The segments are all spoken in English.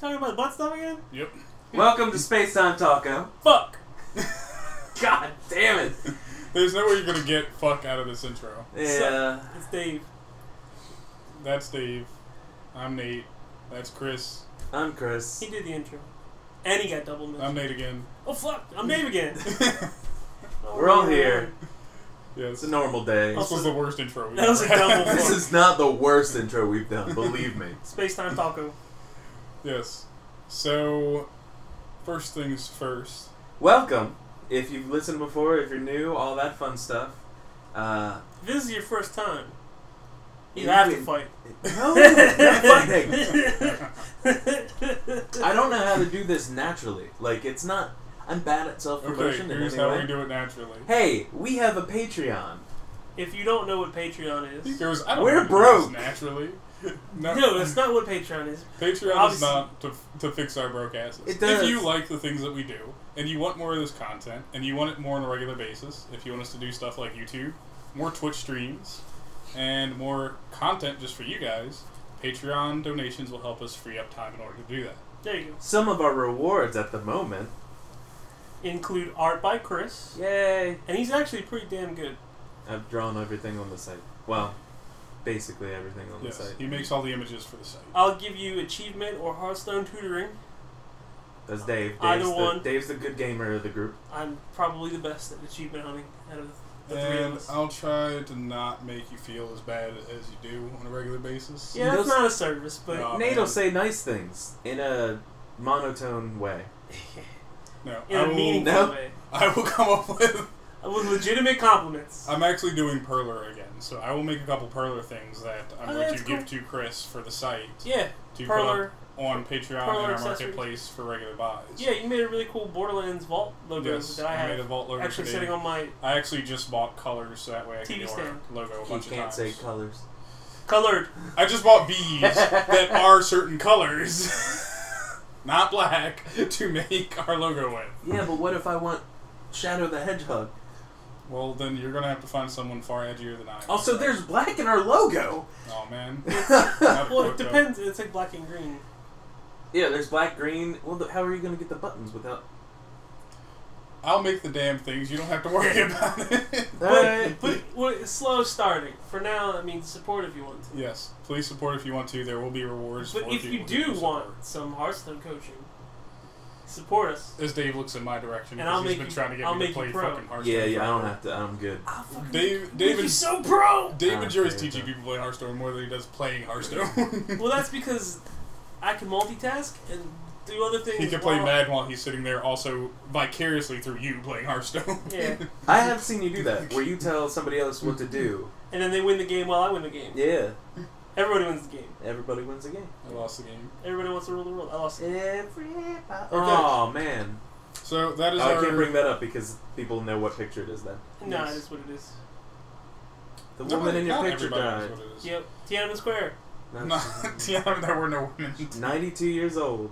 Talking about butt stuff again? Yep. Welcome to Space Time Taco. Fuck. God damn it. There's no way you're gonna get fuck out of this intro. Yeah. It's Dave. That's Dave. I'm Nate. That's Chris. I'm Chris. He did the intro. And he got double missed. I'm Nate again. oh fuck! I'm Dave again. Oh, We're all man. here. yes. It's a normal day. This was the worst intro we've That was a ever had. double This is not the worst intro we've done, believe me. Space time taco. Yes. So, first things first. Welcome. If you've listened before, if you're new, all that fun stuff. Uh, If this is your first time. You You have to win. fight. no, not fighting. I I don't know how to do this naturally. Like, it's not. I'm bad at self Okay, promotion in here's any how we way. do it naturally. Hey, we have a Patreon. If you don't know what Patreon He is, goes, I don't We're know this broke. Naturally. no, that's not what Patreon is. Patreon is Obviously- not to, to fix our broke asses. It does. If you like the things that we do, and you want more of this content, and you want it more on a regular basis, if you want us to do stuff like YouTube, more Twitch streams, and more content just for you guys, Patreon donations will help us free up time in order to do that. There you go. Some of our rewards at the moment. Include art by Chris, Yay! and he's actually pretty damn good. I've drawn everything on the site. Well, basically everything on the Yes, site. he makes all the images for the site. I'll give you achievement or Hearthstone tutoring. That's Dave. Dave's Either the, one. Dave's the good gamer of the group. I'm probably the best at achievement hunting out of the three of And us. I'll try to not make you feel as bad as you do on a regular basis. yeah, Those- that's not a service, but No. Oh, Nate man. will say nice things in a monotone way. No, in I a will, meaningful No. way. I will come up with With legitimate compliments. I'm actually doing Perler again, so I will make a couple Perler things that I'm Oh, going that's to give to Chris for the site yeah, to put Perler. up on Patreon Perler and our accessories. marketplace for regular buys. Yeah, you made a really cool Borderlands Vault logo yes, that I made a have vault logo actually today. sitting on my I actually just bought colors so that way I can TV do stand. our logo a He bunch of can't times. say colors. colored. I just bought bees that are certain colors, not black, to make our logo with. Yeah, but what if I want Shadow the Hedgehog? Well, then you're gonna have to find someone far edgier than I. am. Also, there's black in our logo. Oh man. yeah, Well, it depends. It's like black and green. there's black, green. Well, th- how are you going to get the buttons without? I'll make the damn things. You don't have to worry about it. Alright. But, but well, it's slow starting. For now, I mean, support if you want to. Yes, please support if you want to. There will be rewards. But for if you people who do support. want some Hearthstone coaching, support us. as Dave looks in my direction, And because I'll he's make been you- trying to get I'll me make to you play pro. fucking Hearthstone. yeah, yeah, I don't have to. I'm good. I'll fucking Dave, Ah, make Dave, you and, so pro. Dave Ah, enjoys there you teaching go. people to play Hearthstone more than he does playing Hearthstone. Well, that's because I can multitask and do other things. he can play while- Mad while he's sitting there, also vicariously through you playing Hearthstone. Yeah, I have seen you do that, where you tell somebody else what to do. and then they win the game while I win the game. Yeah, Everybody wins the game. everybody wins the game. I lost the game. Everybody wants to rule the world. I lost. It. Everybody. Oh man, So that is Oh, I our. can't bring that up because people know what picture it is. Then Nah, Yes. it is what it is. the Nobody- woman in your not picture everybody died. knows what it is. Yep. Tiananmen Square. No, No, yeah, there were no women. Ninety-two years old.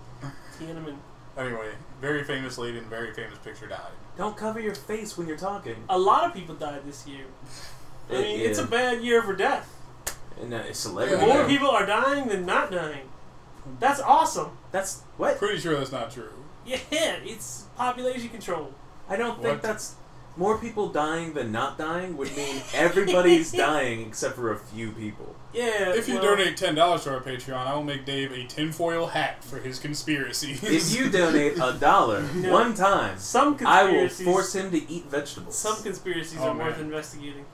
Tiananmen. Anyway, very famous lady and very famous picture died. Don't cover your face when you're talking. A lot of people died this year. I Uh, mean, it's a yeah. bad year for death. And uh, it's Yeah. celebrity. More Yeah. people are dying than not dying. That's awesome. That's what? Pretty sure that's not true. Yeah, it's population control. I don't What? think that's. More people dying than not dying would mean everybody's dying except for a few people. Yeah. If you well, donate ten dollars to our Patreon, I will make Dave a tinfoil hat for his conspiracies. If you donate a dollar No. one time, some I will conspiracies, force him to eat vegetables. some conspiracies Oh, are worth man. investigating,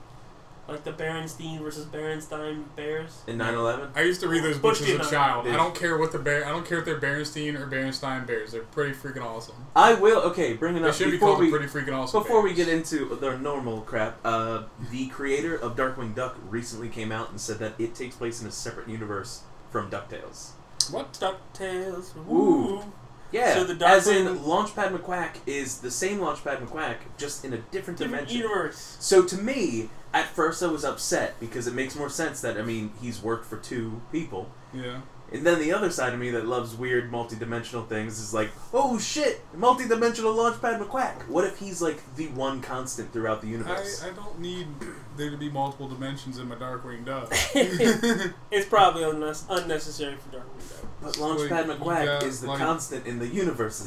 like the Berenstein versus Berenstein Bears. in 9/11. I used to read those Bush books as a did not. child. I Did. don't care what the bear. I don't care if they're Berenstein or Berenstein bears. They're pretty freaking awesome. I will. Okay, bringing They up should be before called we the pretty freaking awesome. Before we bears. get into their normal crap, uh, the creator of Darkwing Duck recently came out and said that it takes place in a separate universe from DuckTales. what? Ducktales. Ooh. Yeah, So the as in Darkwing- Launchpad McQuack is the same Launchpad McQuack, just in a different Different dimension. universe. So to me, at first I was upset because it makes more sense that I mean he's worked for two people. Yeah. And then the other side of me that loves weird multidimensional things is like, oh shit, multidimensional Launchpad McQuack. What if he's like the one constant throughout the I, universe? I don't need there to be multiple dimensions in my Darkwing Duck. it's probably unnes- unnecessary for Darkwing Duck. But Like, Launchpad you McQuack got, is the like- constant in the universe.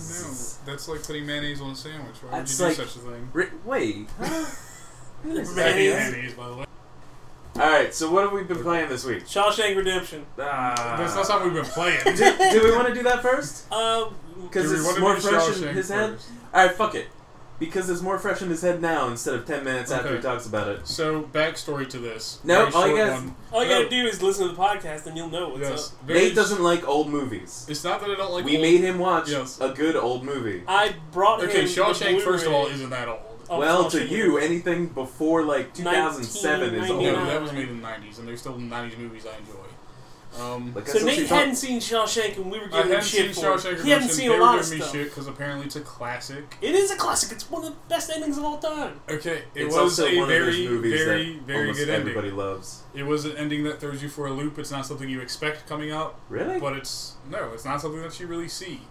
No, that's like putting mayonnaise on a sandwich. Why would you That's do like- such a thing? Ri- wait. huh? I hate Mayonnaise. mayonnaise, by the way. All right. So what have we been playing this week? Shawshank Redemption. Ah. That's not something we've been playing. do, do we want to do that first? Um, Because Do we it's wanna more do fresh in Shawshank his head. first? All right, fuck it. Because it's more fresh in his head now instead of ten minutes after he Okay. talks about it. So, backstory to this. No, Very all you short guys- one. all you No. gotta do is listen to the podcast and you'll know what's Yes. up. Very Nate doesn't like old movies. It's not that I don't like. we old- made him watch Yes. a good old movie. I brought Okay, him Shawshank. the First of all, Blu-ray isn't that old? of well, to Oh, Shawshank you, anything before like 2007 is old. Oh, No, Yeah. that was made in the '90s, and there's still '90s movies I enjoy. Um, Like, So that's what she Nate thought. hadn't seen Shawshank, and we were I giving him hadn't shit seen for it. Shawshank He hadn't Redemption. seen they a were lot giving of me stuff. shit because apparently it's a classic. It is a classic. It's one of the best endings of all time. Okay, it it's was also a one of very, those movies very, that very almost good everybody ending. loves. It was an ending that throws you for a loop. It's not something you expect coming up, Really? but it's no, it's not something that you really see.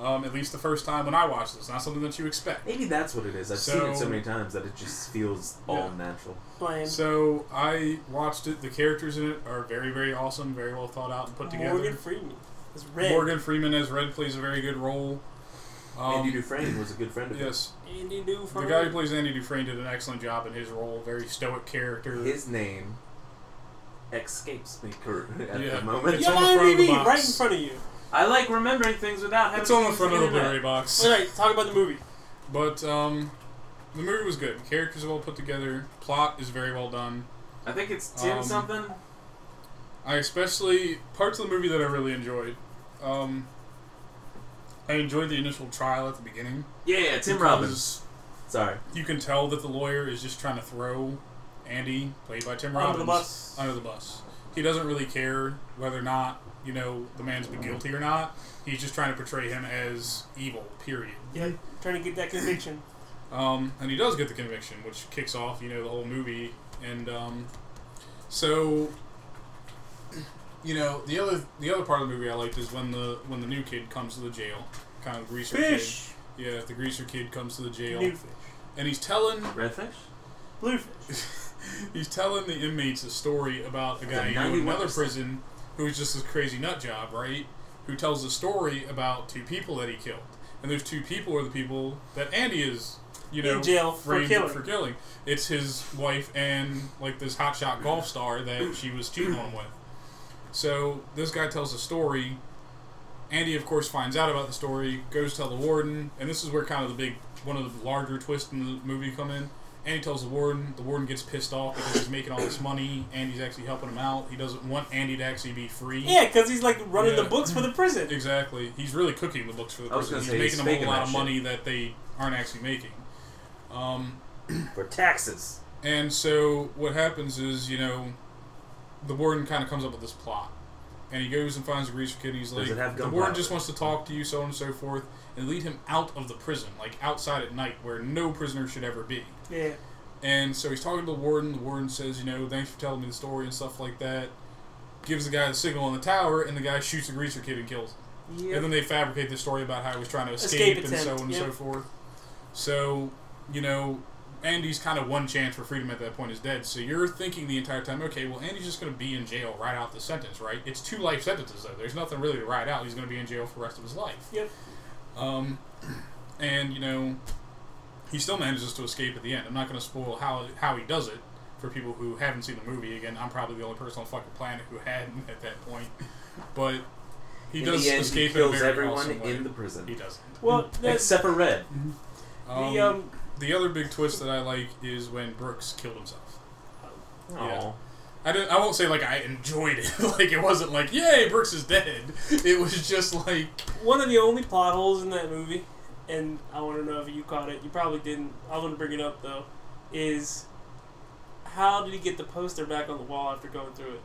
Um, at least the first time when I watched it, it's not something that you expect. Maybe that's what it is. I've seen it so So- many times that it just feels all natural. Bland. So I watched it. The characters in it are very, very awesome, very well thought out and put together. Morgan Freeman is red. Morgan Freeman as Red plays a very good role. Um, Andy Dufresne was a good friend of his. Yes, Andy Dufresne. the guy who plays Andy Dufresne did an excellent job in his role. Very stoic character. His name escapes me cur- at Yeah. the moment. It's You're on the front of the IMDb, right in box. front of you. I like remembering things without having it's on the to front of use the internet. Blu-ray box. All right, talk about the movie. But um, the movie was good. Characters are well put together. Plot is very well done. I think it's Tim Um, something. I especially parts of the movie that I really enjoyed. Um, I enjoyed the initial trial at the beginning. Yeah, yeah, Tim because Robbins. Sorry. You can tell that the lawyer is just trying to throw Andy, played by Tim Robbins, Under the bus. under the bus. He doesn't really care whether or not you know the man's been guilty or not. He's just trying to portray him as evil. Period. Yeah, trying to get that conviction. Um, and he does get the conviction, which kicks off, you know, the whole movie. And um, so, you know, the other the other part of the movie I liked is when the when the new kid comes to the jail, kind of greaser Fish. kid. Yeah, the greaser kid comes to the jail, New fish. and he's telling Redfish? Blue fish. he's telling the inmates a story about a guy The in another 91%. prison who's just this crazy nut job, right? Who tells a story about two people that he killed, and those two people are the people that Andy is, you In know, jail for framed killing. for killing. It's his wife and like this hotshot golf star that she was cheating on with. So this guy tells a story. Andy, of course, finds out about the story, goes tell the warden, and this is where kind of the big, one of the larger twists in the movie come in. Andy tells the warden. The warden gets pissed off because he's making all this money. Andy's actually helping him out. He doesn't want Andy to actually be free. Yeah, because he's like running the Yeah. books for the prison. Exactly. He's really cooking the books for the I was prison. gonna He's say, he's making them a faking whole lot that of shit. money that they aren't actually making. Um, For taxes. and so what happens is, you know, the warden kind of comes up with this plot. And he goes and finds the greaser kid, and he's Does like, it have the warden gunpowder? just wants to talk to you, so on and so forth, and lead him out of the prison, like outside at night, where no prisoner should ever be. Yeah. And so he's talking to the warden. The warden says, you know, thanks for telling me the story and stuff like that. Gives the guy the signal on the tower, and the guy shoots the greaser kid and kills him. And then they fabricate the story about how he was trying to Escape escape, and so attempt, on and so yep. forth. So, you know, Andy's kind of one chance for freedom at that point is dead. So you're thinking the entire time, okay, well, Andy's just going to be in jail right out the sentence, right? It's two life sentences, though. There's nothing really to ride out. He's going to be in jail for the rest of his life. Yep. Um, and, you know, he still manages to escape at the end. I'm not going to spoil how, how he does it for people who haven't seen the movie. Again, I'm probably the only person on the fucking planet who hadn't at that point. But he in does the end, escape he kills in a very everyone awesome way. in the prison. He doesn't. Well, the, Except for Red. Um, the the, um, other big twist that I like is when Brooks killed himself. Yeah. Aw. I, didn't, I won't say like I enjoyed it. like it wasn't like yay Brooks is dead. It was just like one of the only plot holes in that movie, and I want to know if you caught it. You probably didn't. I want to bring it up though. Is how did he get the poster back on the wall after going through it?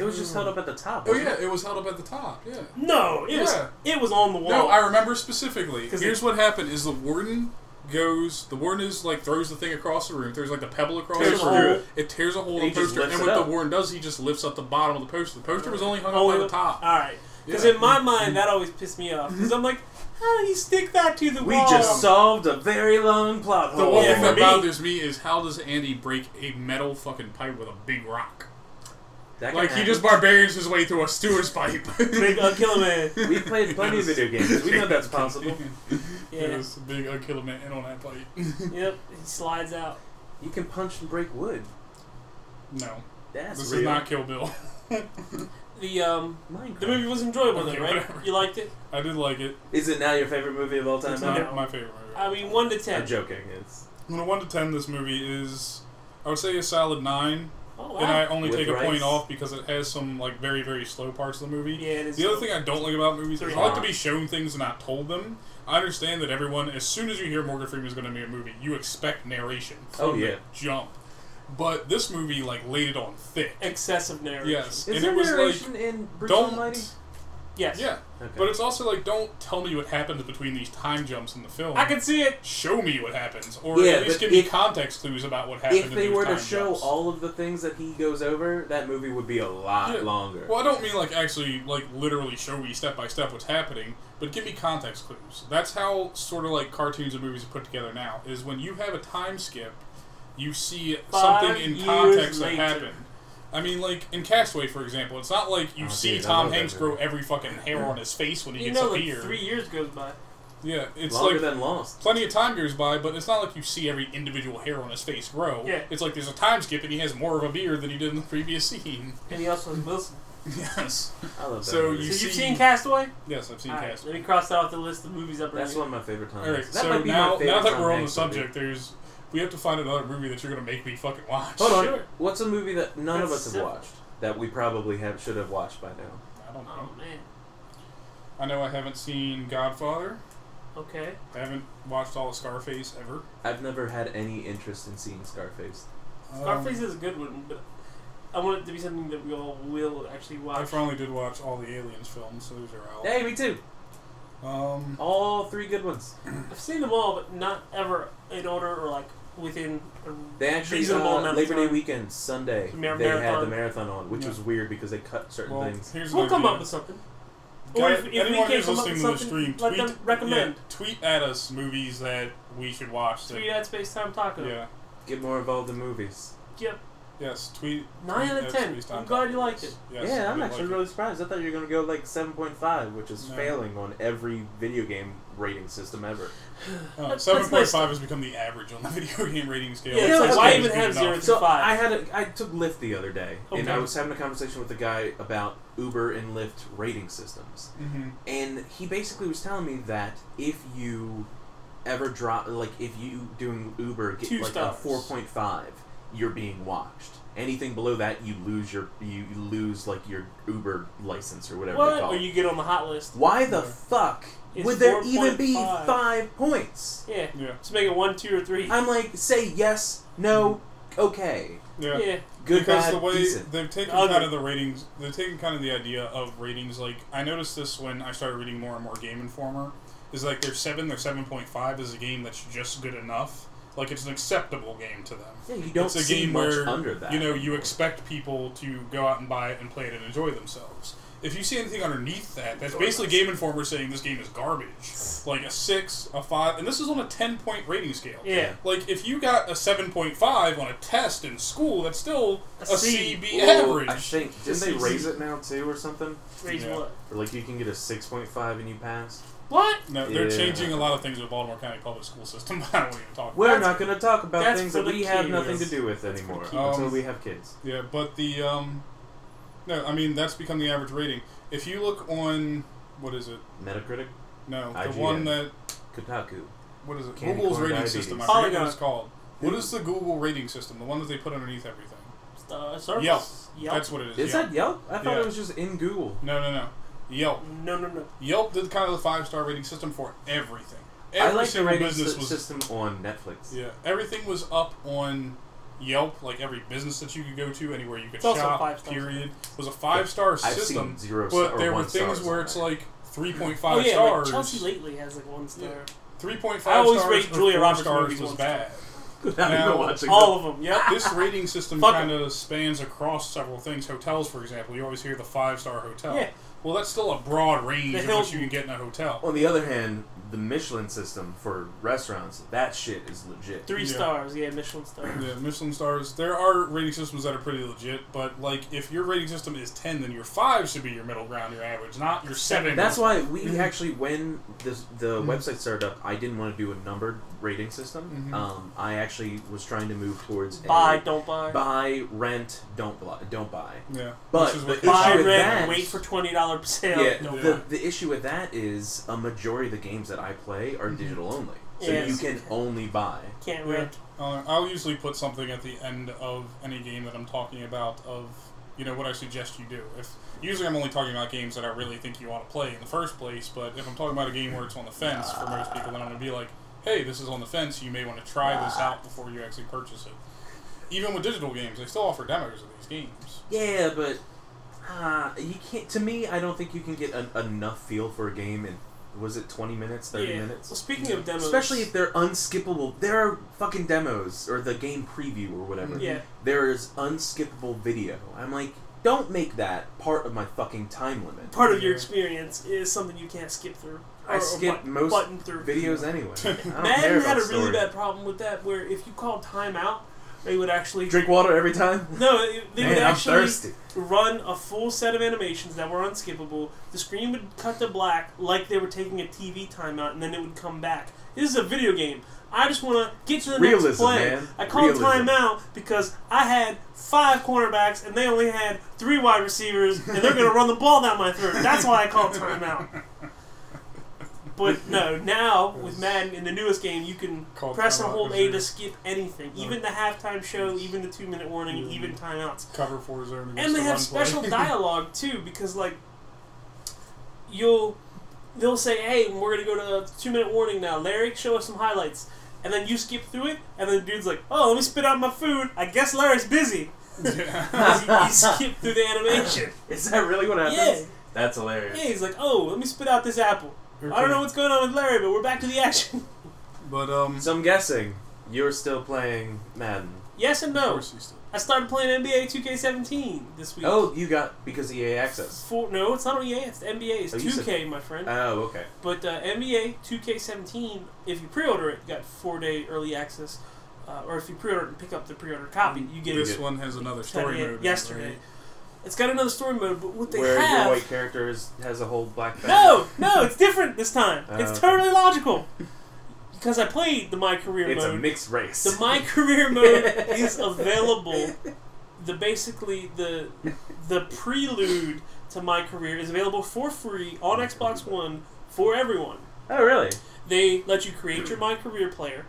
It was just held up at the top. oh wasn't yeah, it? it was held up at the top. Yeah. No, it was Yeah. it was on the wall. No, I remember specifically. 'Cause Here's what happened: is the warden goes, the warden is like throws the thing across the room, throws like the pebble across Tears the a room. hole. It tears a hole And in he the just poster, lifts and it what up. the warden does, he just lifts up the bottom of the poster. The poster was only hung Only up by the- the top. All right, because Yeah. in my mind that always pissed me off. Because I'm like, how did he stick that to the We wall? just solved a very long plot Um, The hole. one Yeah, thing for that me- bothers me is how does Andy break a metal fucking pipe with a big rock? That Like can he just happen. barbarians his way through a sewer's pipe. Big uh, Killer Man. We played plenty of video games. We know that's possible. It Yeah. was a big Unkiller Man in on that pipe. Yep. He slides out. You can punch and break wood. No, That's this real. is not Kill Bill. The um Minecraft. the movie was enjoyable Okay, though, right? whatever. You liked it? I did like it. Is it now your favorite movie of all time? It's now? not my favorite. I mean, one to I'm ten. joking. It's On a one to ten, this movie is, I would say, a solid nine. Oh And I wow. only With take a rice. point off because it has some like very very slow parts of the movie. Yeah, it is. The other thing I don't like about movies is I Three like to be hours. shown things and not told them. I understand that everyone, as soon as you hear Morgan Freeman's going to be in a movie, you expect narration. From Oh, yeah. the jump. But this movie like laid it on thick. excessive narrative. Yes, is and there it was narration like in Bruce don't. Almighty? Yes. Yeah, Okay. but it's also like don't tell me what happens between these time jumps in the film. I can see it. show me what happens, or Yeah, at least but give me if- context clues about what happened. if in they these were to time show jumps. all of the things that he goes over, that movie would be a lot Yeah. longer. Well, I don't mean like actually like literally show me step by step what's happening, but give me context clues. That's how sort of like cartoons and movies are put together now. Is when you have a time skip, you see Five something in years context later. that happened. I mean, like in Castaway, for example, it's not like you Oh, see dude, I Tom love that Hanks grow movie. every fucking hair on his face when he You gets know, up like here. three years goes by. Yeah, it's longer like than Lost. plenty of time goes by, but it's not like you see every individual hair on his face grow. Yeah. It's like there's a time skip and he has more of a beard than he did in the previous scene. And he also has Wilson. yes. I love that So movie. So You you've see- seen Castaway? Yes, I've seen All right, Cast. let me cross that off the list of movies up That's one of my favorite Tom Alright, Hanks. That so might be now, my favorite now that Tom we're on the Hanks movie. subject, there's we have to find another movie that you're gonna make me fucking watch. Hold on. Sure. What's a movie that none of That's us have simple. watched that we probably have should have watched by now? I don't know. Oh man. I know I haven't seen Godfather. Okay. I haven't watched all of Scarface ever. I've never had any interest in seeing Scarface. Um, Scarface is a good one, but I want it to be something that we all will actually I watch. finally did watch all the Aliens films, so those are out. Hey, me too. Um, All three good ones. I've seen them all, but not ever in order or like within. A They actually Reasonable uh, amount of Labor Day time. weekend Sunday Mar- they had the marathon. marathon on, which Yeah. was weird because they cut certain well, things. here's an we'll come idea. up with something. Guy- Or if, if we anyone can't who's come up listening with to the something, stream, let tweet, them recommend. yeah, tweet at us movies that we should watch. That, Tweet at Space Time Taco. yeah, Get more involved in movies. Yep. yes, tweet. Nine tweet out of at 10. Space Time I'm glad you liked Podcast. it. Yes, yeah, I'm we actually like it. really surprised. I thought you were gonna go like 7.5, which is No. failing on every video game rating system ever. Uh, That's- Seven that's point nice. five has become the average on the video game rating scale. Yeah, it's like, That's why good even as have good zero enough. to- So five. I had a I took Lyft the other day, and I Okay. was having a conversation with a guy about Uber and Lyft rating systems, Mhm. and he basically was telling me that if you ever drop, like if you doing Uber get Two like a stars. four point five, you're being watched. Anything below that, you lose your you lose like your Uber license or whatever they What? call Or it. you get on the hot list. Why the Yeah. fuck It's would there even be 4.5. five points? Yeah. Yeah, Let's make it one, two, or three. I'm like, say yes, no, okay, yeah. yeah. good, because bad, the way decent. they've taken Ugly. kind of the ratings, they've taken kind of the idea of ratings. Like I noticed this when I started reading more and more Game Informer. Is like their seven, their seven point five is a game that's just good enough. Like it's an acceptable game to them. Yeah, you don't it's a see game much where under that. you know you expect people to go out and buy it and play it and enjoy themselves. If you see anything underneath that, that's basically Game Informer saying this game is garbage. Like a six, a five, and this is on a ten point rating scale. Yeah. Like if you got a seven point five on a test in school, that's still A a C. CB Well, average. I think didn't they raise it now too or something? Raise Yeah. what? Or like you can get a six point five and you pass. What? No, they're Yeah. changing a lot of things with Baltimore County public school system. but I don't even talk. We're That's- not going to talk about that's things for that the we have kids. nothing to do with anymore kids. until Um, we have kids. Yeah, but the um, no, I mean that's become the average rating. If you look on what is it? Metacritic, No, the IGN. one that Kotaku. what is it? Candy Google's corn rating diabetes. system. I forget Polygon. what it's called. What is the Google rating system? The one that they put underneath everything. Uh, service? Yelp. Yelp. That's what it is. Is Yelp. that Yelp? I thought Yeah. it was just in Google. No, no, no. Yelp. No, no, no. Yelp did kind of the five star rating system for everything. Every I like the single rating business sy- was system on Netflix. yeah. Everything was up on Yelp. Like every business that you could go to, anywhere you could It's also shop. five stars. period was a five star I've system. seen zero but star, or there one were things stars where on it's that. like three point Oh five yeah, like stars. Chelsea lately has like one star. Three point I five. always stars rate or Julia four Roberts stars movies was one bad. Now Now, you're watching All of them. Yep. this rating system Fuck 'em. kind of spans across several things. Hotels, for example, you always hear the five star hotel. Yeah. Well, that's still a broad range The of what Hilton. you can get in a hotel. On the other hand, the Michelin system for restaurants, that shit is legit. Three Yeah. stars. Yeah, Michelin stars. Yeah, Michelin stars. There are rating systems that are pretty legit, but like if your rating system is ten, then your five should be your middle ground, your average, not your seven. That's why we Mhm. actually, when this, the Mhm. website started up, I didn't want to do a numbered rating system. Mhm. Um, I actually was trying to move towards a Buy, don't buy. buy, rent, don't buy, don't buy. Yeah. But Which is the what issue Buy with red. that, Wait for twenty dollar sale. yeah, Don't the, buy. the issue with that is a majority of the games that I play are digital only, so Yes. you can only buy. Can't Yeah. rent. Uh, I'll usually put something at the end of any game that I'm talking about of you know what I suggest you do. If usually I'm only talking about games that I really think you want to play in the first place, but if I'm talking about a game where it's on the fence for most people, then I'm gonna be like, hey, this is on the fence. You may want to try this out before you actually purchase it. Even with digital games, they still offer demos of these games. Yeah, but uh, you can't. To me, I don't think you can get an, enough feel for a game in was it twenty minutes, thirty yeah. Well, minutes. speaking of demos, Especially if they're unskippable. There are fucking demos or the game preview or whatever. Mm-hmm. yeah, There is unskippable video. I'm like, don't make that part of my fucking time limit. part of your experience is something you can't skip through. I Or- or skip button- most button through. Videos anyway. I don't care Madden about had a really story. bad problem with that, where if you called timeout, they would actually Drink water every time. No, it- they Man, would I'm actually thirsty. run a full set of animations that were unskippable. The screen would cut to black like they were taking a TV timeout, and then it would come back. This is a video game. I just want to get to the next Realism, play. man. I called Realism. timeout because I had five cornerbacks and they only had three wide receivers, and they're going to run the ball down my throat. That's why I called timeout. But no, now with Madden in the newest game, you can Call press and timeout hold because A to you're- skip anything, even the halftime show, even the two-minute warning, Yeah. even timeouts. Cover four zone. And against they the have run play. special dialogue too, because like you'll they'll say, "Hey, we're gonna go to two minute warning now." Larry, show us some highlights, and then you skip through it, and then the dude's like, "Oh, let me spit out my food. I guess Larry's busy." Yeah. 'Cause you, you skip through the animation. Is that really what Yeah, happens? That's yeah. hilarious. He's like, "Oh, let me spit out this apple." I don't know what's going on with Larry, but we're back to the action. But um, So I'm guessing you're still playing Madden. yes and of no. course you still- I started playing NBA 2K17 this week. Oh, you got because EA access. For, no, it's not on EA. It's the NBA. It's Oh, you said- 2K, my friend. Oh, okay. But uh, NBA 2K17, if you pre-order it, you got four-day early access. Uh, or if you pre-order it and pick up the pre-order copy, you get this it good. one has another ten- story yeah, mode. in it, yesterday. right? It's got another story mode, but what they Where have... your white character is, has a whole black bag. no, no, it's different this time. Oh, it's okay. totally logical. Because I played the My Career it's a mode. mixed race. The My Career mode is available. The basically the the prelude to My Career is available for free on Xbox One for everyone. oh, really? They let you create your My Career player.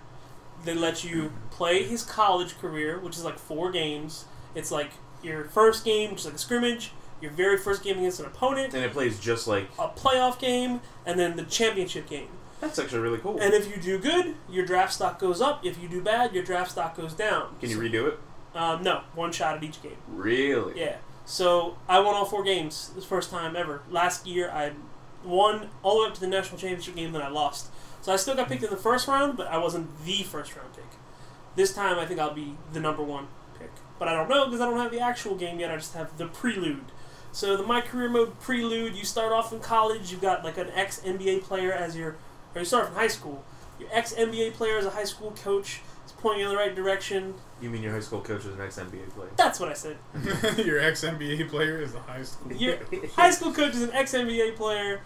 They let you play his college career, which is like four games. It's like your first game, which is like a scrimmage, your very first game against an opponent, And it plays just like a playoff game, and then the championship game. that's actually really cool. And if you do good, your draft stock goes up. If you do bad, your draft stock goes down. Can you redo it? Um, no, one shot at each game. Really? Yeah. So I won all four games this first time ever. Last year I won all the way up to the national championship game, then I lost. So I still got picked in the first round, but I wasn't the first round pick. This time I think I'll be the number one pick, but I don't know because I don't have the actual game yet. I just have the prelude. So the my career mode prelude. You start off in college. You've got like an ex NBA player as your, or you start off in high school. Your ex NBA player is a high school coach. He's pointing you in the right direction. You mean your high school coach is an ex NBA player? That's what I said. Your ex NBA player is the highest. Your high school coach is an ex NBA player.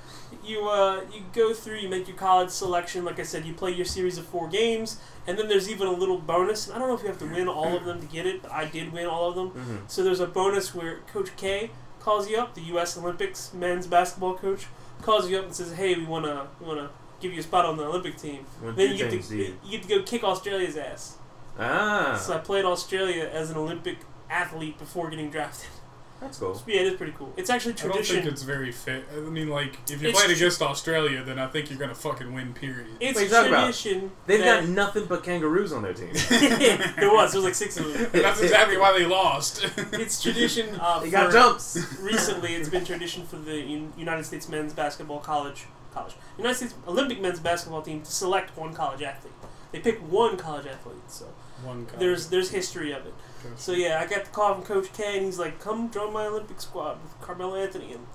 You uh, you go through, you make your college selection. Like I said, you play your series of four games, and then there's even a little bonus. And I don't know if you have to win all of them to get it, but I did win all of them. Mhm. So there's a bonus where Coach K calls you up, the U.S. Olympics men's basketball coach, calls you up and says, "Hey, we wanna we wanna give you a spot on the Olympic team." When Then two you get things to do you- you get to go kick Australia's ass. Ah, So I played Australia as an Olympic athlete before getting drafted. that's cool. yeah, it is pretty cool. It's actually I don't tradition. think it's very fit. I mean, like, if you're It's playing tr- against Australia, then I think you're gonna fucking win. Period. It's What are you talking about? tradition. They've that- got nothing but kangaroos on their team. there was. There was like six of them. And that's exactly why they lost. It's tradition. Uh, they got for- jumps. Recently, it's been tradition for the Un- United States men's basketball college college United States Olympic men's basketball team to select one college athlete. They pick one college athlete. So One copy. There's there's history of it. Gotcha. So yeah, I got the call from Coach K, and he's like, "Come join my Olympic squad with Carmelo Anthony and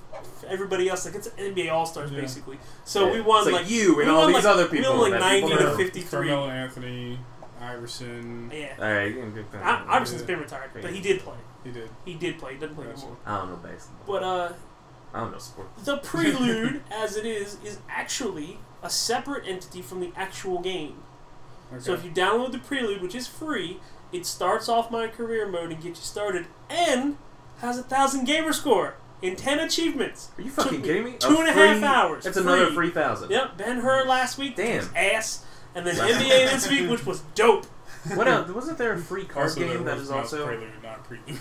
everybody else. Like it's NBA All Stars Yeah. basically." So Yeah. we won It's like, like you we and all won, these like- other we people. won, like, that people 90 to know. Carmelo- 53. Carmelo Anthony, Iverson. yeah. All right, you can get that. I, Iverson's been retired, but he did play. He did. He did play. He doesn't play Gotcha. anymore. I don't know basketball. But uh, I don't know sports. the prelude, as it is, is actually a separate entity from the actual game. Okay. So if you download the prelude, which is free, it starts off my career mode and gets you started, and has a thousand gamer score and ten achievements. Are you Took fucking me kidding me? two A and a free- half hours. That's another Free. three thousand. Yep, Ben Hur last week, which Damn. was ass, and then Wow. NBA this week, which was dope. What else? Wasn't there a free card also, game that was is also Prelude, not Prelude.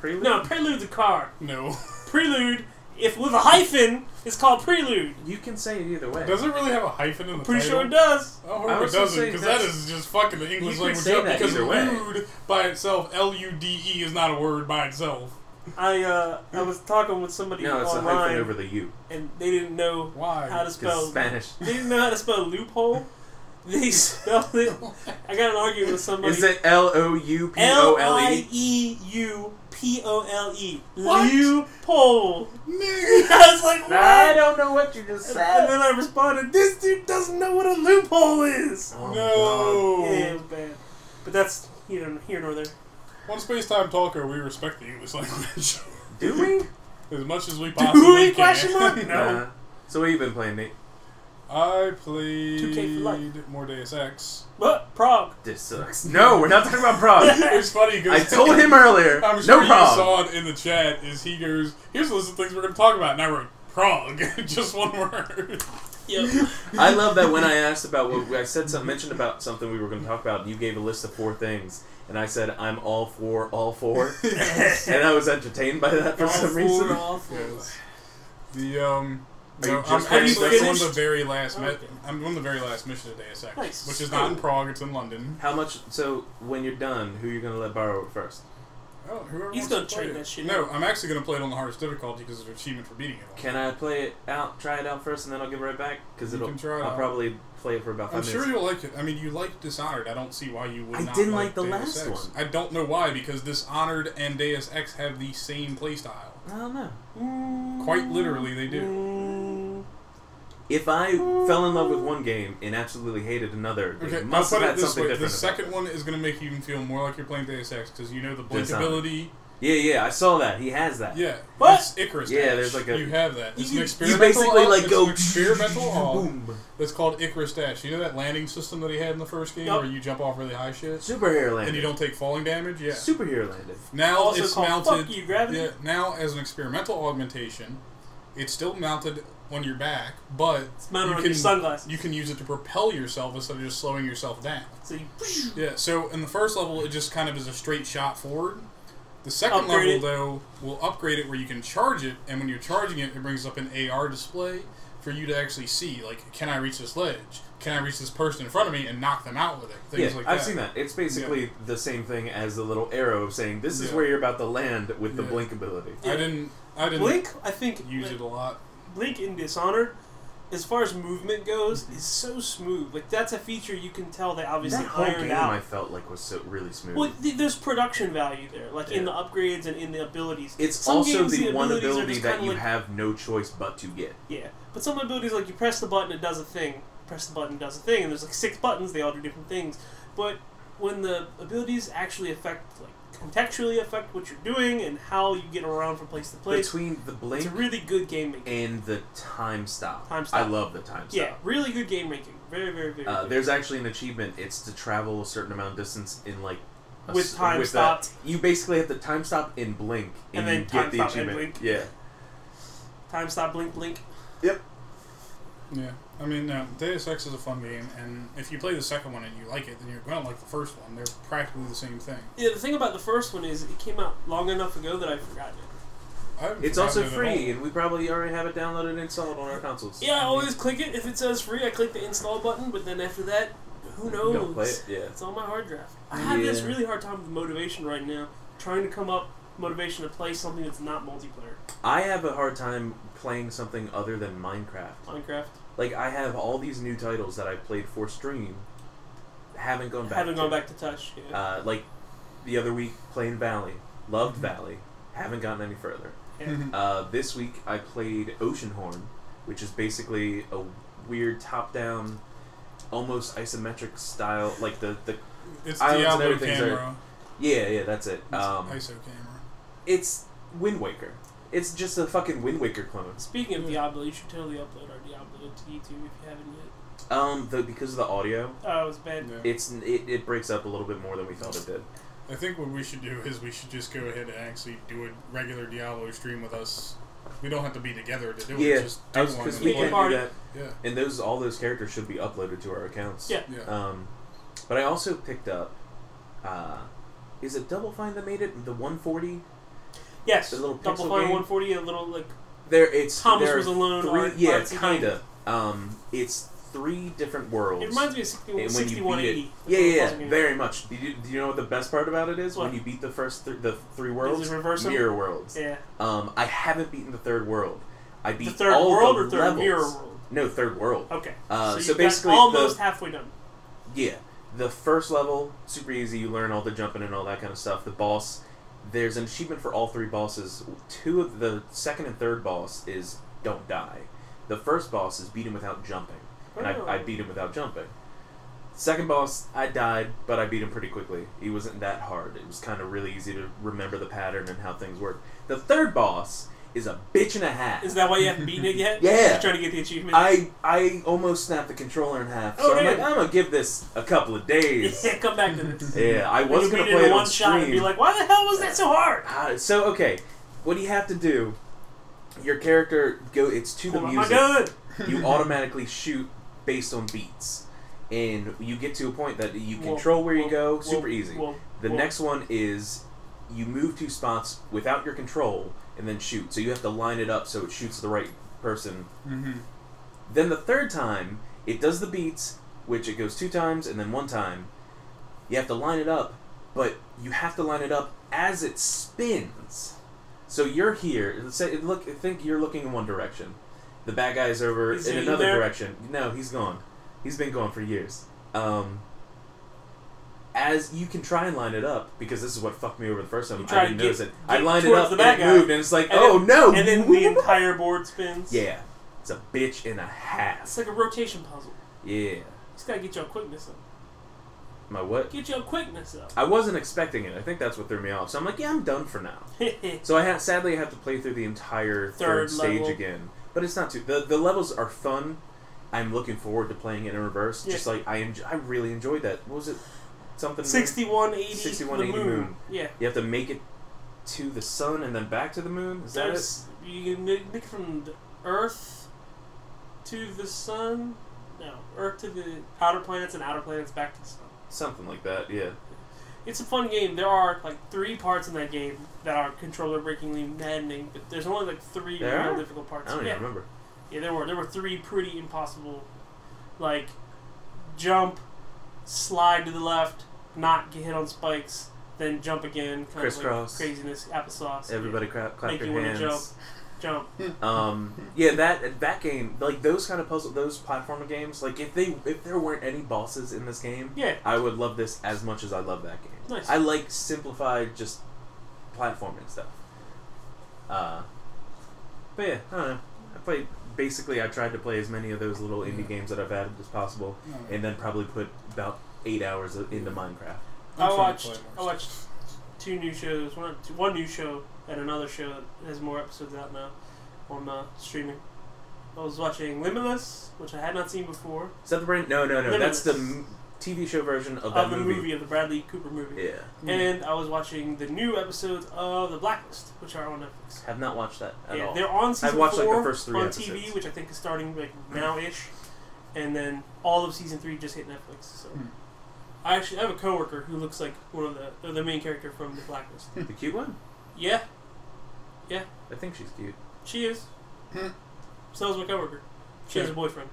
Prelude? No, Prelude's a car. no. Prelude, if with a hyphen, is called Prelude. You can say it either way. Does it really have a hyphen in the Pretty title? sure it does. I hope I it was gonna doesn't, say because that that's- is just fucking the English could language say up. that Because either way. rude by itself, L U D E is not a word by itself. I uh, I was talking with somebody no, it's a hyphen online, over the U. and they didn't know Why? how Because to spell. Spanish. They didn't know how to spell loophole. They spelled it. I got an argument with somebody. Is it L O U P O L L I E? E U P O L E. What? Loophole. Nigga. I was like, I what? don't know what you just And, said. then I responded, this dude doesn't know what a loophole is. Oh, no. Yeah, it was bad. But that's you know, here nor there. On Space Time Talker, we respect the English language God. Do we? as much as we we? possibly can. Question mark? No. Uh, so what you been playing, Nate? I 2K for played more Deus Ex. But Prague. This sucks. No, we're not talking about Prague. It's funny I because told him earlier. I'm no sure you Prague. saw it in the chat. Is he goes, here's the list of things we're going to talk about, and I wrote Prague, just one word. Yep. I love that when I asked about what I said, some mentioned about something we were going to talk about. You gave a list of four things, and I said I'm all for all four, and I was entertained by that for All some four, reason. all four. Yes. The um. Are you No, I'm just actually playing that's Deus on Ex? the very last. mi- Okay. I'm on the very last mission of Deus Ex, Nice. which is not in Prague. It's in London. How much? So when you're done, who you gonna let borrow it first? Oh, whoever He's wants to gonna play trade it. that shit No, I'm actually gonna play it on the hardest difficulty because of the achievement for beating it. Can I play it out? Try it out first, and then I'll give it right back. Because You it'll. can try it I'll out. probably play it for about All. I'm five sure minutes. you'll like it. I mean, you like Dishonored. I don't see why you would I not. didn't like like the last Deus Ex. one. I don't know why because Dishonored and Deus Ex have the same playstyle. I don't know. Quite literally, they do. Mm, If I fell in love with one game and absolutely hated another, they Okay, I'll must put have it had this something way: the different. about it. second one is gonna make you even feel more like you're playing Deus Ex because you know the Dishonored. blinkability. Yeah, yeah, I saw that. He has that. Yeah, What? it's Icarus. Yeah, Dash. there's like a- you have that. It's You- an you You experimental. basically op- like it's go an experimental op boom. that's called Icarus Dash. You know that landing system that he had in the first game Yup. where you jump off really high shit Superhero landed. and you don't take falling damage. Yeah. Superhero landed. Now Also it's called mounted. fuck you, gravity. Yeah. Now as an experimental augmentation, it's still mounted on your back, but it's mounted you on can your sunglasses. you can use it to propel yourself instead of just slowing yourself down. so you Yeah, so in the first level, it just kind of is a straight shot forward. The second Upgrade level, though, will upgrade it where you can charge it, and when you're charging it, it brings up an AR display for you to actually see, like, can I reach this ledge? Can I reach this person in front of me and knock them out with it? Things yeah, like I've that. seen that. It's basically the same thing as the little arrow saying, "This is Yeah. where you're about to land with the Yeah. blink ability." I didn't. I didn't Blink, I think use it a lot. Blink in Dishonored, as far as movement goes, is so smooth. Like that's a feature you can tell they obviously that whole game ironed out. I felt like was so really smooth. Well, th- there's production value there, like in Yeah. the upgrades and in the abilities. It's Some also games, the, one abilities are ability just that kinda you like, have no choice but to get. Yeah, but some abilities like you press the button, it does a thing. Press the button, it does a thing, and there's like six buttons. They all do different things. But when the abilities actually affect, like contextually affect what you're doing and how you get around from place to place, Between the it's blink a really good game making. and the time stop. Time stop. I love the time stop. Yeah, really good game making. Very, very, very. Uh, good. there's actually an achievement. It's to travel a certain amount of distance in like a With s- time with stop. that- you basically have to time stop and blink, And and, then you time get the stop and achievement. blink. Yeah, Time stop, blink, blink. Yeah. I mean, no, Deus Ex is a fun game, and if you play the second one and you like it, then you're going to like the first one. They're practically the same thing. Yeah, the thing about the first one is it came out long enough ago that I've forgotten it. I haven't it's also forgotten it at free, all. and we probably already have it downloaded and installed on our consoles. Yeah, I always click it. If it says free, I click the install button, but then after that, who knows? You don't play it. Yeah, It's on my hard drive. I have this Yeah. really hard time with motivation right now, trying to come up motivation to play something that's not multiplayer. I have a hard time playing something other than Minecraft. Minecraft. Like I have all these new titles that I played for stream, haven't gone back. Haven't to. gone back to touch. Yeah. Uh, like the other week, playing Valley, loved Valley, haven't gotten any further. Mm-hmm. yeah. Uh, this week I played Oceanhorn, which is basically a weird top-down, almost isometric style, like the the Islands It's and Diablo everything's camera. yeah yeah that's it. It's Um, ISO camera. it's Wind Waker. It's just a fucking Wind Waker clone. Speaking of Diablo, you should totally upload our Diablo to YouTube if you haven't yet. Um, though because of the audio, Oh, it was bad. Yeah. it's it, it breaks up a little bit more than we thought it did. I think what we should do is we should just go ahead and actually do a regular Diablo stream with us. We don't have to be together to do Yeah, it. Just do I was one because and we the play. can party. do that, Yeah, and those all those characters should be uploaded to our accounts. Yeah. yeah. Um, but I also picked up, uh, is it Double Fine that made it? The 140? Yes, The little Double pixel Fine game? 140, a little like There, it's Thomas there are was alone, Three, art- yeah, artsy game. kinda. Um, it's three different worlds. it reminds me of 60, and when you beat 6180. it, yeah, yeah, yeah, very much. Do you, do you know what the best part about it is? What? When you beat the first, th- the three worlds, reverse 'em? mirror worlds. yeah. Um, I haven't beaten the third world. I beat The third all world the or third levels. mirror world? No, third world. Okay. Uh, so, so you've got basically the- almost halfway done. Yeah. The first level, super easy. You learn all the jumping and all that kind of stuff. The boss, there's an achievement for all three bosses. Two of the second and third boss is don't die. The first boss is beat him without jumping. And Oh. I, I beat him without jumping. Second boss, I died, but I beat him pretty quickly. He wasn't that hard. It was kind of really easy to remember the pattern and how things work. The third boss is a bitch and a half. Is that why you haven't beaten it yet? Yeah. Just trying to get the achievement. I I almost snapped the controller in half. So Oh, I'm really? like, I'm gonna give this a couple of days. yeah, come back to this. Yeah, I When was you gonna beat play in it one on shot and be stream. like, why the hell was that so hard? Ah, so okay, what do you have to do? Your character go. It's to the Pull out my music. gun. You automatically shoot based on beats, and you get to a point that you Whoa, control where you whoa, go. whoa, super easy. whoa, The whoa. next one is you move two spots without your control and then shoot. So you have to line it up so it shoots the right person Mm-hmm. Then the third time, it does the beats, which it goes two times and then one time. You have to line it up, but you have to line it up as it spins. So you're here. Let's say look. Think you're looking in one direction. The bad guy's over Is in he another there? direction. No, he's gone. He's been gone for years. Um, as you can try and line it up, because this is what fucked me over the first time. You I try didn't to get- notice it. I get lined it towards up, the and bad it guy. moved, and it's like, And oh then- no! And then the entire board spins. Yeah, it's a bitch and a It's half. like a rotation puzzle. Yeah, You just gotta get your quickness up. my what? Get your quickness up. I wasn't expecting it. I think that's what threw me off. So I'm like, yeah, I'm done for now. Third So I ha- sadly I have to play through the entire third, Third stage level. again. But it's not too. The the levels are fun. I'm looking forward to playing it in reverse. Yeah. Just like I enj- I really enjoyed that. What was it? Something. 6180. 6180 the moon. moon. Yeah. You have to make it to the sun and then back to the moon. Is that it? There's you can make make from the Earth to the Sun. No, Earth to the outer planets and outer planets back to the Sun. Something like that. Yeah. It's a fun game. There are like three parts in that game that are controller breakingly maddening, but there's only like three There real are? difficult I parts. don't even yeah. remember. yeah, there were there were three pretty impossible, like jump, slide to the left, not get hit on spikes, then jump again, kind Crisscross. of like craziness, applesauce. yeah. Everybody clap, clap Make your you wanna hands. jump. jump. Um, yeah, that that game, like those kind of puzzle, those platformer games, like if they if there weren't any bosses in this game, Yeah. I would love this as much as I love that game. Nice. I like simplified just platforming stuff. Uh, but yeah, I don't know. I played basically. I tried to play as many of those little indie games that I've added as possible, and then probably put about eight hours of- into Minecraft. I watched I watched two new shows. One two, one new show and another show that has more episodes out now on uh, streaming. I was watching Limitless, which I had not seen before, Is that the brand? No, no, no. That's the Limitless. m- TV show version of that of the movie. of the Bradley Cooper movie. Yeah, Mm-hmm. And I was watching the new episodes of The Blacklist, which are on Netflix. have not watched that at yeah, all. they're on season watched, like, the four first three on TV, episodes. which I think is starting like now ish, and then all of season three just hit Netflix. So. Hmm. I actually I have a coworker who looks like one of the or the main character from The Blacklist. The cute one. Yeah, I think she's cute. She is. Hmm. So is my coworker. She has a Sure. boyfriend.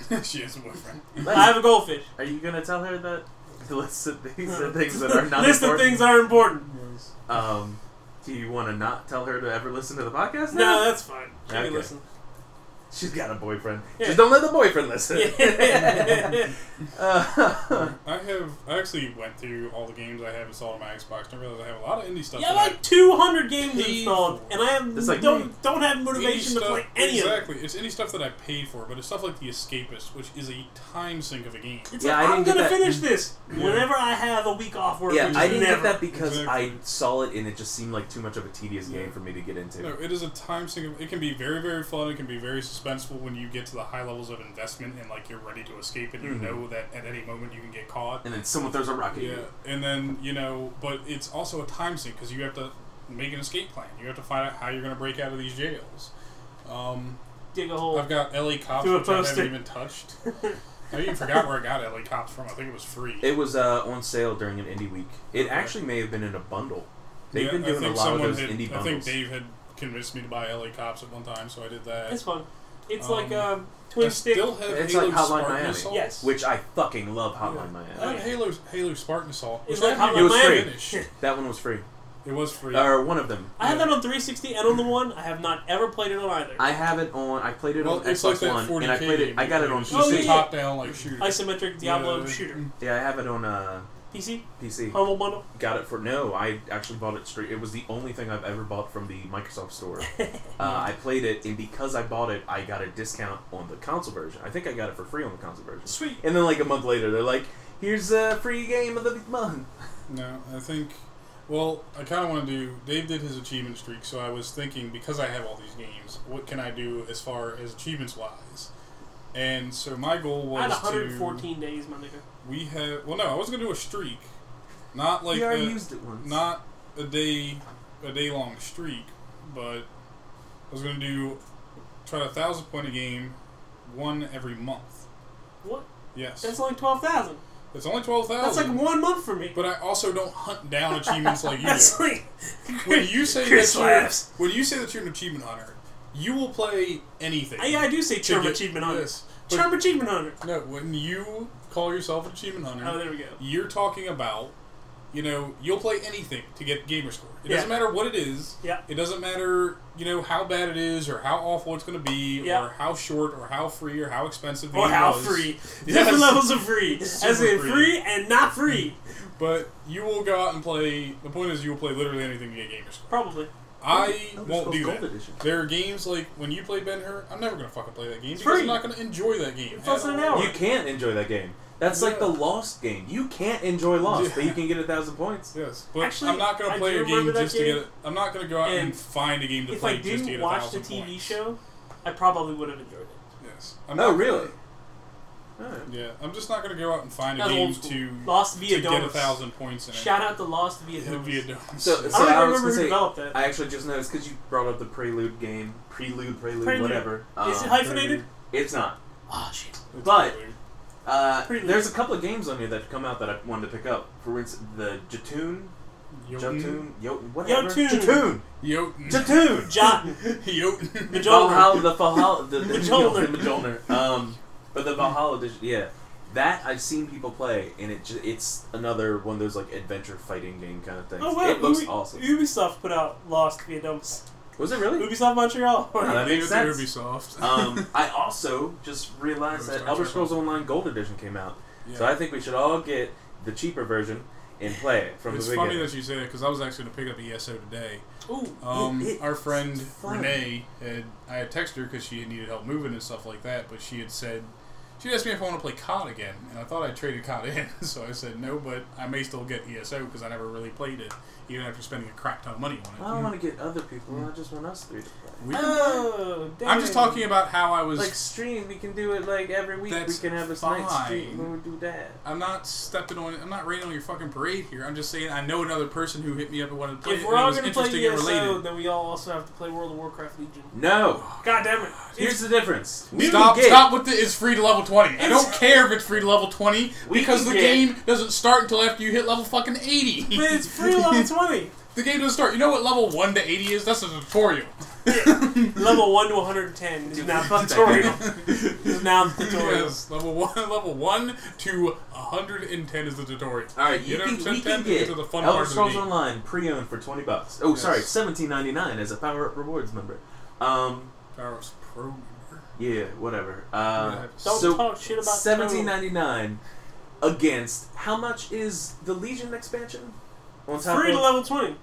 she has a boyfriend. I have a goldfish. are you gonna tell her that the list of things, the things that are not List of important? things that are important. Yes. Um, do you want to not tell her to ever listen to the podcast? No, now? that's fine. She Okay. can listen. She's got a boyfriend. Yeah. Just don't let the boyfriend listen. Yeah. Uh, I have. I actually went through all the games I have installed on my Xbox. and realized I have a lot of indie stuff. yeah, that I- like 200 games Paid installed, for. and I am It's like, don't don't have indie motivation to stuff- play any exactly. of it. It's any stuff that I paid for, but it's stuff like The Escapist, which is a time sink of a game. It's Yeah, like, I didn't I'm get gonna that- finish this Yeah. whenever I have a week off work. yeah, which I is didn't never. get that because I Exactly. saw it and it just seemed like too much of a tedious game Yeah. for me to get into. No, it is a time sink. Of, it can be very, very fun. It can be very suspenseful when you get to the high levels of investment and like you're ready to escape and you Mhm. know that at any moment you can get caught. And then someone throws a rock at Yeah, you. and then you know, but it's also a time sink because you have to make an escape plan. You have to find out how you're going to break out of these jails. Um, dig a hole. I've got LA Cops, Do a which I poster. haven't even touched. I even forgot where I got LA Cops from. I think it was free. It was uh, on sale during an indie week. It actually may have been in a bundle. They've Yeah, been I doing a think lot of someone those had- indie I think bundles. Dave had convinced me to buy LA Cops at one time, so I did that. It's fun. It's like Um, um, I twin stick. still have It's Halo like Hotline Spartan Miami. Assault. Yes. which I fucking love Yeah. Hotline Miami. I have Halo, Halo Spartan Assault. It's which like I haven't Hotline even Miami. finished. That one was free. It was free. Or one of them. I had that on 360 and on the one. I have not ever played it on either. I have it on. I played it well, on it's Xbox like that One, 40K and I played it. game I got you it play. on It's Oh, just yeah, a PC. yeah. top-down like shooter. Isometric Diablo Yeah. shooter. Yeah, I have it on uh, PC PC. Humble Bundle. Got it for no. I actually bought it straight. It was the only thing I've ever bought from the Microsoft store. uh, I played it, and because I bought it, I got a discount on the console version. I think I got it for free on the console version. Sweet. And then like a month later, they're like, "Here's a free game of the month." No, I think. Well, I kind of want to do. Dave did his achievement streak, so I was thinking because I have all these games, what can I do as far as achievements wise? And so my goal I had was to. 114 days, my nigga. We have. Well, no, I was gonna do a streak, not like uh, we already a, used it once. not a day, a day long streak, but I was gonna do try a thousand point a game, one every month. What? Yes, That's like 12,000. it's only twelve That's thousand. like one month for me. But I also don't hunt down achievements like you do. That's like. when you say Chris that you're, laughs. when you say that you're an achievement hunter, you will play anything. I, I do say to Charm get- Achievement Hunter. yes. But- Charm Achievement Hunter. No, when you call yourself an achievement hunter, Oh, there we go. you're talking about, you know, you'll play anything to get gamer score. It doesn't Yeah. matter what it is. Yeah. It doesn't matter, you know, how bad it is or how awful it's going to be Yeah. or how short or how free or how expensive the Or game Oh, how was. free. Yes. Different levels of free. As Super in free. free and not free. But you will go out and play. The point is, you will play literally anything to get gamer score. Probably. I Oh, there's won't do Gold that. Edition. There are games like when you play Ben Hur, I'm never gonna fucking play that game because free. I'm not gonna enjoy that game. It's less at than an all. hour. You can't enjoy that game. That's like the Yeah. Lost game. You can't enjoy Lost, but you Yeah. can get a thousand points. Yes, but Actually, I'm not gonna I play do a game remember that just to game. get. It. I'm not gonna go out and, And find a game to If play I just to didn't get a watch the thousand TV points. show, I probably would have enjoyed it. Yes. I'm oh, not really? Gonna, yeah, I'm just not gonna go out and find a That's game old school. to Lost to via get a thousand points in it. Shout out to Lost via Yeah, via domes. So- I don't even I was remember who gonna say- developed that. I actually just noticed because you brought up the Prelude game. Prelude, Prelude, Prelude. whatever. Is it Um, hyphenated? It's not. uh, Oh shit. It's but- really- Uh, Prelude. there's a couple of games on here that have come out that I wanted to pick up. For instance, the Jatoon, Jotun, Jotun, Jotun, whatever. Jotun. Jotun, Jotun, Jotun. Jotun. Jotun. Majolner. Valhalla, the Valhalla, the, the Majolner. the Majolner. Um, but the Valhalla edition, yeah. That I've seen people play, and it ju- it's another one of those like adventure fighting game kind of things. Oh wow, it looks Ubi- awesome. Ubisoft put out Lost via Domus. Was it really? Ubisoft Montreal. Yeah, that Leave makes it to sense. Ubisoft. um, I also just realized that Elder Scrolls Online Gold Edition came out, Yeah. so I think we should all get the cheaper version and play it from it's the funny beginning. that you say that because I was actually going to pick up ESO today. Ooh. Oh. Um, It- our friend it's fun. Renee had I had texted her because she had needed help moving and stuff like that, but she had said she asked me if I want to play COD again, and I thought I traded COD in, so I said no, but I may still get E ESO because I never really played it, even after spending a crap ton of money on it. I don't want to get other people. I just want us three to play. We can- Oh, damn. I'm just talking about how I was. Like stream, we can do it like every week. That's we can have this night fine. stream when we do that. I'm not stepping on. I'm not raining on your fucking parade here. I'm just saying I know another person who hit me up and wanted to play it, If and we're it all was going to play interesting and ESO, related. then we all also have to play World of Warcraft Legion. No, God damn it. here's the difference. We Stop! can get, Stop with the it's free to level twenty. I It's- don't care if it's free to level twenty We because can the get- game doesn't start until after you hit level fucking eighty. But it's free level 20. the game doesn't start. You know what level one to eighty is? That's a tutorial. level 1 to 110 is now the Fuck that. tutorial. is now the tutorial. Yes, level one, level one to hundred and ten is the tutorial. All right, you Get can, up to we 10 can to get get to the fun Elder part of the Scrolls game. Online pre-owned for twenty bucks. Oh, Yes. sorry, seventeen ninety nine as a Power Up Rewards member. Um, Barrow's pro member. yeah, whatever. Uh, Don't so talk shit about seventeen Tyrone. ninety nine against how much is the Legion expansion? On top Free to of level twenty.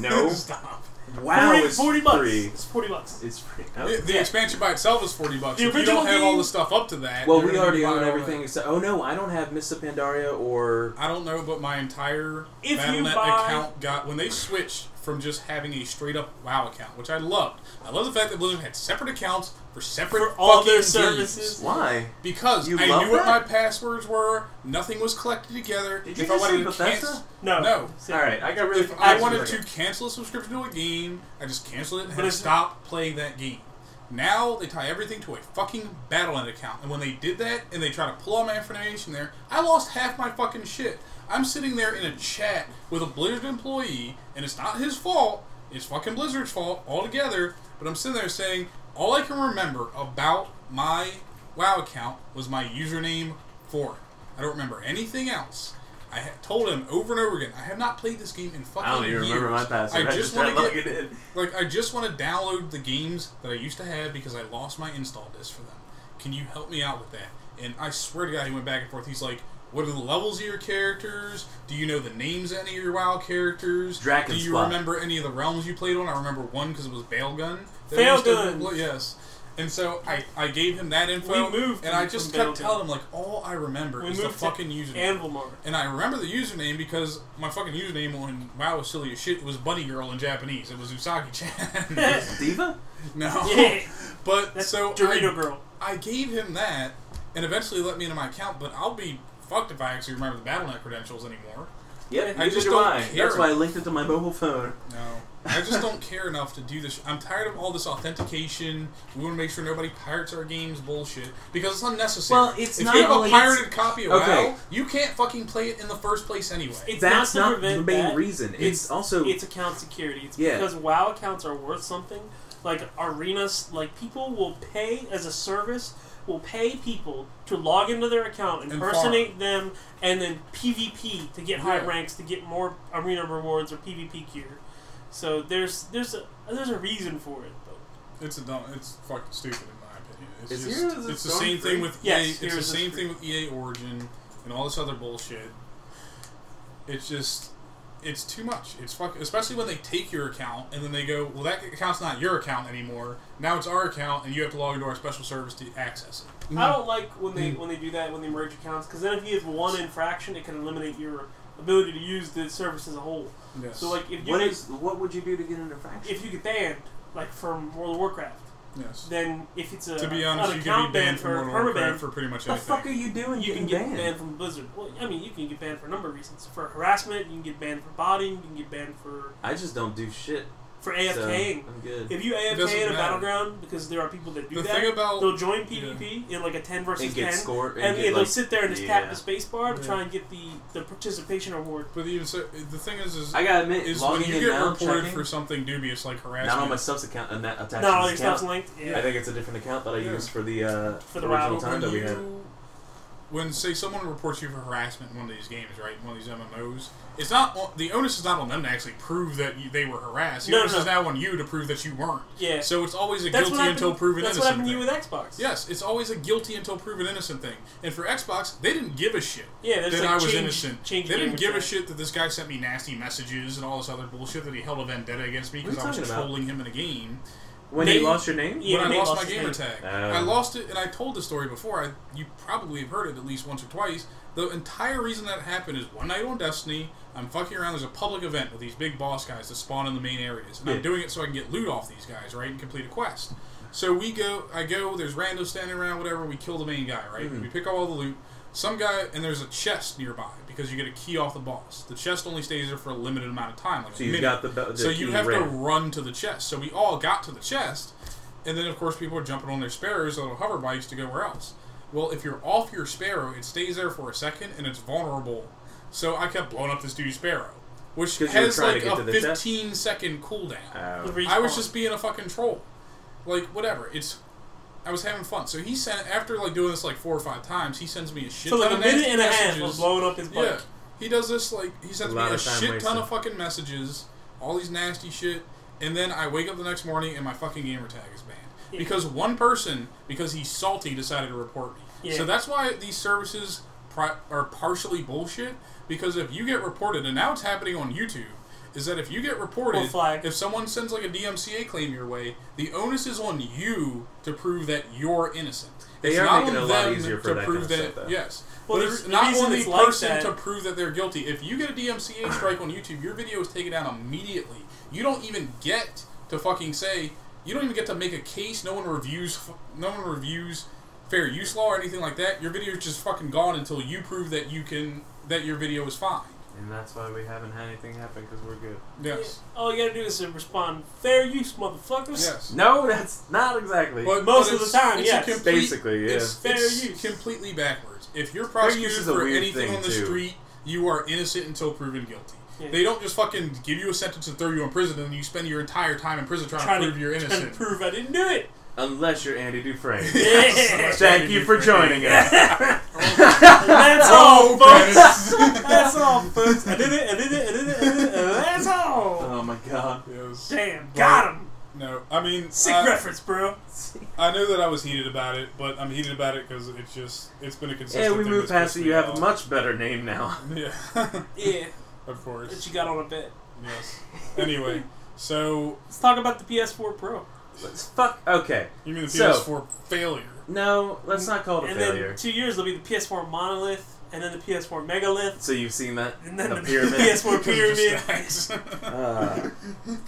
no, Stop. wow, 40, it's 40 bucks. free. It's forty bucks. It's free. The, Oh. the Yeah. expansion by itself is forty bucks. The If you original don't have all game- the stuff up to that. Well, you're we gonna already buy own all everything that. except. Oh no, I don't have Miss Pandaria or I don't know, but my entire If you BattleNet buy- account got when they switched from just having a straight up WoW account, which I loved. I love the fact that Blizzard had separate accounts for separate For all fucking their games. services. why. Because You I love knew what my that? passwords were. Nothing was collected together. Did you if just I wanted say to Bethesda? cancel, No. No. See, All right, I got really. if I confused wanted for a to second. cancel a subscription to a game, I just canceled it and But had it's- stopped playing that game. Now they tie everything to a fucking BattleNet account, and when they did that, and they try to pull all my information there, I lost half my fucking shit. I'm sitting there in a chat with a Blizzard employee, and it's not his fault. It's fucking Blizzard's fault altogether. But I'm sitting there saying all I can remember about my WoW account was my username for it. I don't remember anything else. I ha- told him over and over again, I have not played this game in fucking I don't even years. remember my password. I just tried want to logging get in. like I just want to download the games that I used to have because I lost my install disk for them. Can you help me out with that? And I swear to God, he went back and forth. He's like, "What are the levels of your characters? Do you know the names of any of your WoW characters? Do you Drakenspot. remember any of the realms you played on? I remember one because it was Bailgun. that we used to- Failgun. Yes." And so I, I gave him that info, We moved and I from- just from kept Bailgun. telling him like all I remember We is the moved to fucking username. Anvil Mark. And I remember the username because my fucking username on WoW was silly as shit. It was Bunny Girl in Japanese. It was Usagi Chan. Diva? no. Yeah. But That's so Dorito I, Girl. I gave him that and eventually let me into my account, but I'll be fucked if I actually remember the BattleNet credentials anymore. Yep, I neither just do don't I. care. That's why I linked it to my mobile phone. No. I just don't care enough to do this. I'm tired of all this authentication. We want to make sure nobody pirates our games bullshit because it's unnecessary. Well, it's if not you have only- a it's- pirated copy of Okay. WoW, you can't fucking play it in the first place anyway. It's That's not, to not, the prevent main that. reason. It's, It's- also It's account security. It's Yeah. because WoW accounts are worth something. Like arenas, like people will pay as a service, will pay people to log into their account, And impersonate them, and then PvP to get high Yeah. ranks to get more arena rewards or PvP gear. So there's there's a there's a reason for it. But It's a dumb. It's fucking stupid in my opinion. It's Is just, Heroes of it's the Storm same free? thing with EA. Yes, it's Heroes the of same Storm. thing with EA Origin and all this other bullshit. It's just, it's too much. It's fuck, especially when they take your account and then they go, well, that account's not your account anymore. Now it's our account, and you have to log into our special service to access it. I don't like when they Mm. when they do that when they merge accounts because then if you have one infraction, it can eliminate your ability to use the service as a whole. Yes. So like if you what get- is what would you do to get an infraction? if you get banned like from World of Warcraft, yes. then if it's uh, a to be an honest, you can account be banned ban from or World of Warcraft permaban, for pretty much the anything. fuck are you doing? you can getting get banned. from Blizzard. Well, I mean, you can get banned for a number of reasons. For harassment, you can get banned for botting, you can get banned for I just don't do shit. for so AFKing. I'm good. If you doesn't AFK in a matter. battleground, because there are people that do the that, thing about they'll join PvP in like a ten versus and get ten, scored and, get, they'll like, sit there and just yeah. tap the space bar to Yeah. try and get the, the participation award. but even so, the thing is, is, I gotta admit, is when logging you in get now, reported checking, for something dubious like harassment. not on my subs account, and that attached Not all to your this stuff's account. linked. Yeah. I think it's a different account that I Yeah. used for the uh, For the original rival. time that we you- had. When say someone reports you for harassment in one of these games, right? in One of these MMOs, it's not on- the onus is not on them to actually prove that you, they were harassed. The No, onus no, is no. now on you to prove that you weren't. Yeah. So it's always a that's what guilty happened, until proven That's what innocent. happened to you thing. with Xbox. yes, it's always a guilty until proven innocent thing. And for Xbox, they didn't give a shit. Yeah, That there's like I was change, innocent. Change they didn't game give a return. shit that this guy sent me nasty messages and all this other bullshit that he held a vendetta against me What are you because I was talking about? trolling him in a game When They- you lost your name? Yeah, when I they lost, lost my his gamer name. tag. Oh. I lost it, and I told the story before. I, you probably have heard it at least once or twice. The entire reason that happened is one night on Destiny, I'm fucking around. There's a public event with these big boss guys that spawn in the main areas, and Yeah. I'm doing it so I can get loot off these guys, right, and complete a quest. So we go, I go. There's randos standing around, whatever. We kill the main guy, right? We pick up all the loot. Some guy, and there's a chest nearby because you get a key off the boss. The chest only stays there for a limited amount of time, like So a you minute got the, the so you key have to red. run to the chest. So we all got to the chest, and then of course people are jumping on their sparrows or their hover bikes to go where else. Well, if you're off your sparrow, it stays there for a second and it's vulnerable. So I kept blowing up this dude's sparrow, which 'Cause you were has trying like to get to a the chest? 15 second cooldown. Oh. The respawn. I was just being a fucking troll. Like, whatever. It's. I was having fun. So he sent, after like doing this like four or five times, he sends me a shit so like a ton of minute nasty and a half messages. of blowing up his bike. Yeah, he does this like he A sends me lot a of time shit wasted. ton of fucking messages, all these nasty shit, and then I wake up the next morning and my fucking gamer tag is banned. Yeah. Because one person, because he's salty, decided to report me. Yeah. So that's why these services pri- are partially bullshit. Because if you get reported, and now it's happening on YouTube, is that if you get Or reported, flagged. if someone sends like a DMCA claim your way, the onus is on you to prove that you're innocent. They it's are not making on it a lot them easier for to that prove kind of that. stuff, though. yes, Well, but the- it's the not reason on the it's like person that- to prove that they're guilty. If you get a DMCA strike on YouTube, your video is taken down immediately. You don't even get to fucking say. You don't even get to make a case. No one reviews. f- No one reviews fair use law or anything like that. Your video is just fucking gone until you prove that you can that your video is fine. And that's why we haven't had anything happen because we're good. Yes. All you gotta do is respond, fair use, motherfuckers. Yes. No, that's not exactly. But Most but of the it's- time, it's yes. A complete, Basically, yeah. It's, Fair it's use. completely backwards. If you're Fair use prosecuted is a for weird anything thing, on the too. street, you are innocent until proven guilty. Yeah. They don't just fucking give you a sentence and throw you in prison, and you spend your entire time in prison trying, Trying to to, prove you're trying to innocent. prove I didn't do it. Unless you're Andy Dufresne. Yeah. Thank you for joining us. And that's all, Oh, folks. credits. That's all, folks. I did it. I did it. I did it. I did it. and That's Uh, all. oh my god. Yes. Damn, got him. No, I mean, Sick I, reference, bro. I know that I was heated about it, but I'm heated about it because it's just it's been a consistent. Yeah, we thing moved that's past pissed it. me You have off. a much better name now. Yeah, Yeah, of that course. you got on a bet. Yes. Anyway, so Let's talk about the PS4 Pro. Let's fuck. Okay. you mean the So- PS4 failure? No, let's not call it a and failure. then two years, there'll be the PS4 Monolith, and then the PS4 Megalith, so you've seen that? and then the the, pyramid. PS4 Because of Pyramid. the stacks. Uh,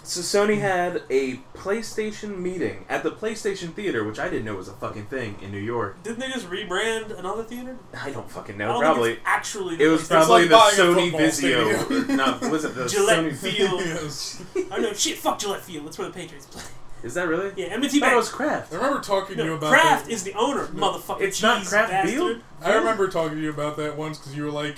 so Sony had a PlayStation meeting at the PlayStation Theater, which I didn't know was a fucking thing in New York. Didn't they just rebrand another theater? I don't fucking I know. don't Probably think it's actually. The it was PlayStation. probably like the buying a Sony football Vizio. stadium. no, was it the Gillette Sony Field. yes. Oh no, shit! Fuck Gillette Field. That's where the Patriots play. Is that really? Yeah, M&T I thought Bank. it was Kraft. I remember talking to you no, about Kraft that. is the owner, motherfucker. It's not cheese Kraft bastard. Beal. I remember talking to you about that once because you were like,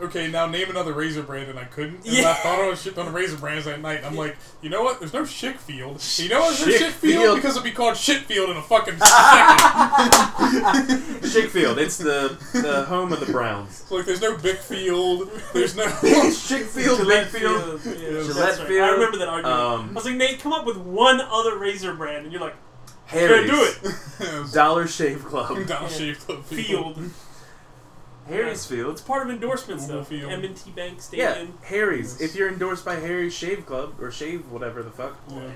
"Okay, now name another razor brand," and I couldn't. And Yeah. I thought I was shit on razor brands that night. and I'm like, you know what? There's no Shickfield. You know what's no Schickfield. Shickfield? Because it'd be called Shitfield in a fucking second. Chickfield. It's the the home of the Browns. It's like there's no Bickfield. There's no. Chickfield, Gillette Redfield. Field. Yeah, Gillette that's right. I Field. remember that argument. I Um, was like, Nate, come up with one other razor brand, and you're like, Harry's. do it. Yes. Dollar Shave Club. Dollar Shave Club Field. Mm-hmm. Harry's Field. It's part of endorsements, though. Field. M&T Bank Yeah, Stadium. Harry's. If you're endorsed by Harry's Shave Club or Shave whatever the fuck, Yeah. Whatever.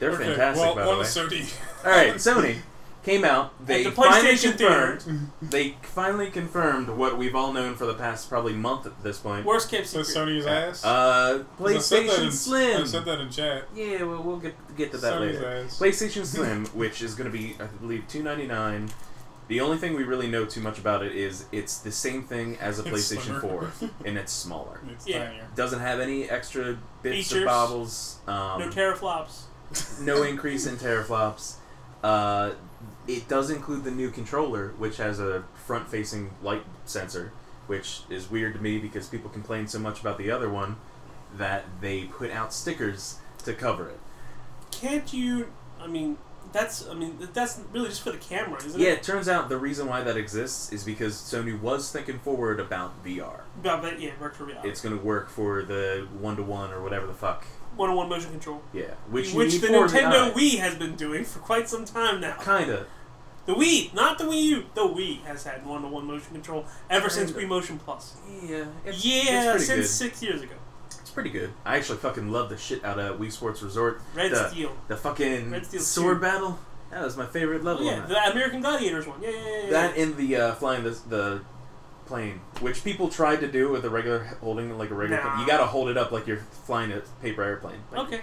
they're Okay, fantastic well, by one the way. is Sony. All right, Sony came out. They At the finally PlayStation confirmed. Theater, They finally confirmed what we've all known for the past probably month at this point. worst kept So secret. Sony's ass. Uh, 'Cause I said that PlayStation in- I said Slim. that in chat. Yeah, well, we'll get get to that Sony's later. ass. PlayStation Slim, which is going to be, I believe, two ninety nine. The only thing we really know too much about it is it's the same thing as a It's PlayStation slimmer. Four, and it's smaller. It's Yeah. tinier. Doesn't have any extra bits or Features. bobbles. Um, No teraflops. no increase in teraflops. Uh, it does include the new controller, which has a front-facing light sensor, which is weird to me because people complain so much about the other one that they put out stickers to cover it. Can't you? I mean, that's. I mean, that's really just for the camera, isn't Yeah, it? it turns out the reason why that exists is because Sony was thinking forward about VR. Yeah. But yeah, virtual reality. It's going to work for the one-to-one or whatever the fuck. One-on-one oh motion control, Yeah, which you need the for eye. Nintendo Wii has been doing for quite some time now. Kinda. The Wii, not the Wii U. The Wii has had one-to-one motion control ever since Kinda. Wii Motion Plus. Yeah. It's, yeah, it's pretty since good. six years ago. It's pretty good. I actually fucking love the shit out of Wii Sports Resort. Red the, Steel. The fucking Red Steel sword two. battle. That was my favorite Oh, level. yeah, on that. the American Gladiators one. Yeah, yeah, yeah. yeah. that and the uh, flying the, the plane, which people tried to do with a regular holding like a regular. Nah. Plane. You got to hold it up like you're flying a paper airplane. Like, okay.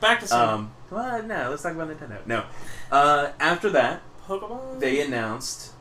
Back to Sony. Um. Well, no. Let's talk about Nintendo. No. Uh, after that, Pokemon. they announced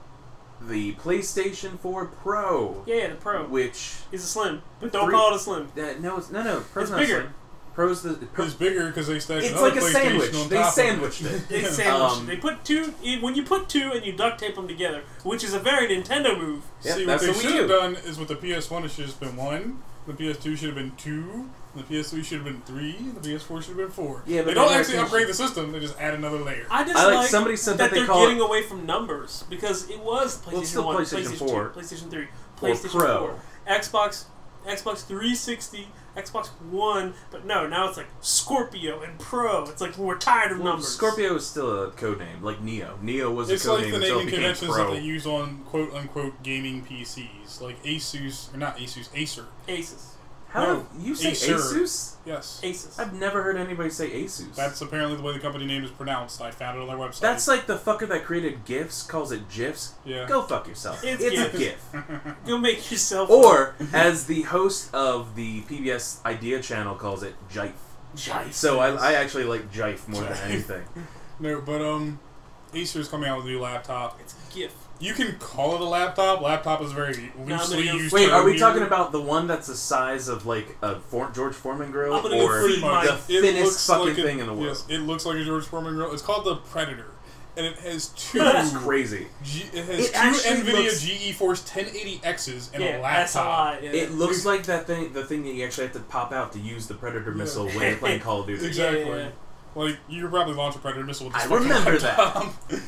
the PlayStation 4 Pro, yeah, yeah, the Pro which is a Slim, but don't Three- call it a Slim. uh, no, it's, no, no. Pro's It's not bigger. slim. Pro's the. Pro, It's bigger because they stacked It's another like a PlayStation sandwich. on They top of it. sandwiched it. They Yeah. sandwich. Um, they put two. eh, When you put two and you duct tape them together, which is a very Nintendo move. Yeah, See, what that's they what we should have do. done is with the PS1, it should have been one. The PS2 should have been two. The PS3 should have been three. The PS4 should have been four. Yeah, but they don't they're actually not- upgrade the system. They just add another layer. I just I like- like somebody said that they are call it- getting away from numbers because it was PlayStation it's still One, PlayStation PlayStation 4. Two, PlayStation Three, PlayStation Pro. Four, Xbox Xbox 360, Xbox One, but no, now it's like Scorpio and Pro. It's like we're tired of Well, numbers. Scorpio is still a code name, like Neo. Neo was It's a code name like the until it naming became conventions that Pro. they use on quote unquote gaming PCs, like Asus or not Asus, Acer. Aces, How No, you say Acer. Asus? Yes, aces. I've never heard anybody say Asus. that's apparently the way the company name is pronounced. I found it on their website. That's like the fucker that created GIFs calls it GIFs. yeah. Go fuck yourself. It's It's, GIF. a GIF. Go make yourself Or, Mm-hmm. as the host of the PBS Idea Channel calls it, Jife. Jive. So I, I actually like Jife more Jife. than anything. no, but um, Acer's coming out with a new laptop. It's a GIF. You can call it a laptop. Laptop is a very loosely gonna- used. Wait, term are we here. talking about the one that's the size of like a For- George Foreman grill, I'm gonna go or free mine. the It thinnest looks fucking like a- thing in the world? Yes, it looks like a George Foreman grill. It's called the Predator, and it has two. That's It's crazy. G- it has It two actually NVIDIA looks- GE Force 1080Xs and yeah, a laptop. SLI, yeah. It looks like that thing, the thing that you actually have to pop out to use the Predator Yeah. missile when you're playing Call of Duty. Exactly. Yeah. Like you could probably launch a Predator missile with this I fucking remember laptop. no,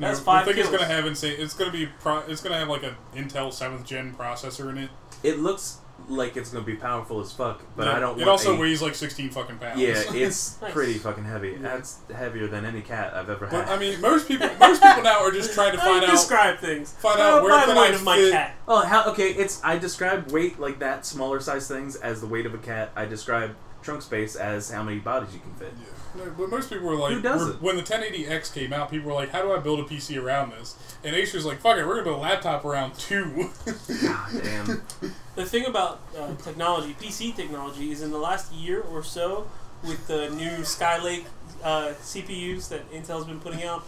That's the five thing it's kills. gonna have insane. It's gonna be. Pro- it's gonna have like an Intel seventh gen processor in it. It looks like it's going to be powerful as fuck, but Yeah, I don't. It want also a- weighs like sixteen fucking pounds. Yeah, it's Nice. pretty fucking heavy. Yeah. That's heavier than any cat I've ever had. But I mean, most people, most people now are just trying to How do you find out. describe things. Oh, find How out do where I can remind I of my fit- cat. oh, how okay? It's I describe weight like that, smaller size things as the weight of a cat. I describe trunk space as how many bodies you can fit. Yeah. No, but most people were like, Who does were- it? when the 1080X came out, people were like, how do I build a PC around this? And Acer's like, fuck it, we're going to build a laptop around two. God damn. The thing about uh, technology, PC technology, is in the last year or so, with the new Skylake uh, CPUs that Intel's been putting out,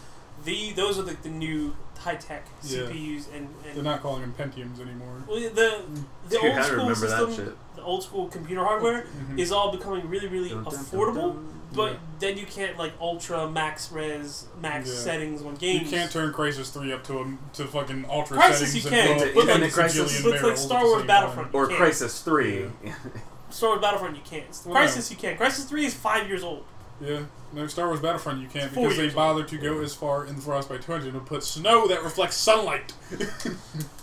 the those are like the new high tech Yeah. CPUs and, They're and not Mm. calling them Pentiums anymore. well, the the Dude, I old school remember that system, shit. the old school computer hardware Mhm. is all becoming really really Dun, dun, dun, affordable. dun. But Yeah. then you can't like ultra max res max Yeah. settings on You games. can't turn Crysis 3 up to a, to fucking ultra Crysis settings you and can, blow up but like- a Crysis- gazillion but like barrels Star at the Wars same Battlefront. time. Or Yeah. Crisis Three. Star Wars Battlefront you can't. Well, Crisis you can. Crisis Three is five years old. Yeah, no, Star Wars Battlefront you can't It's four because they years old. bothered to go as far in the Frostbite 200 and put snow that reflects sunlight. It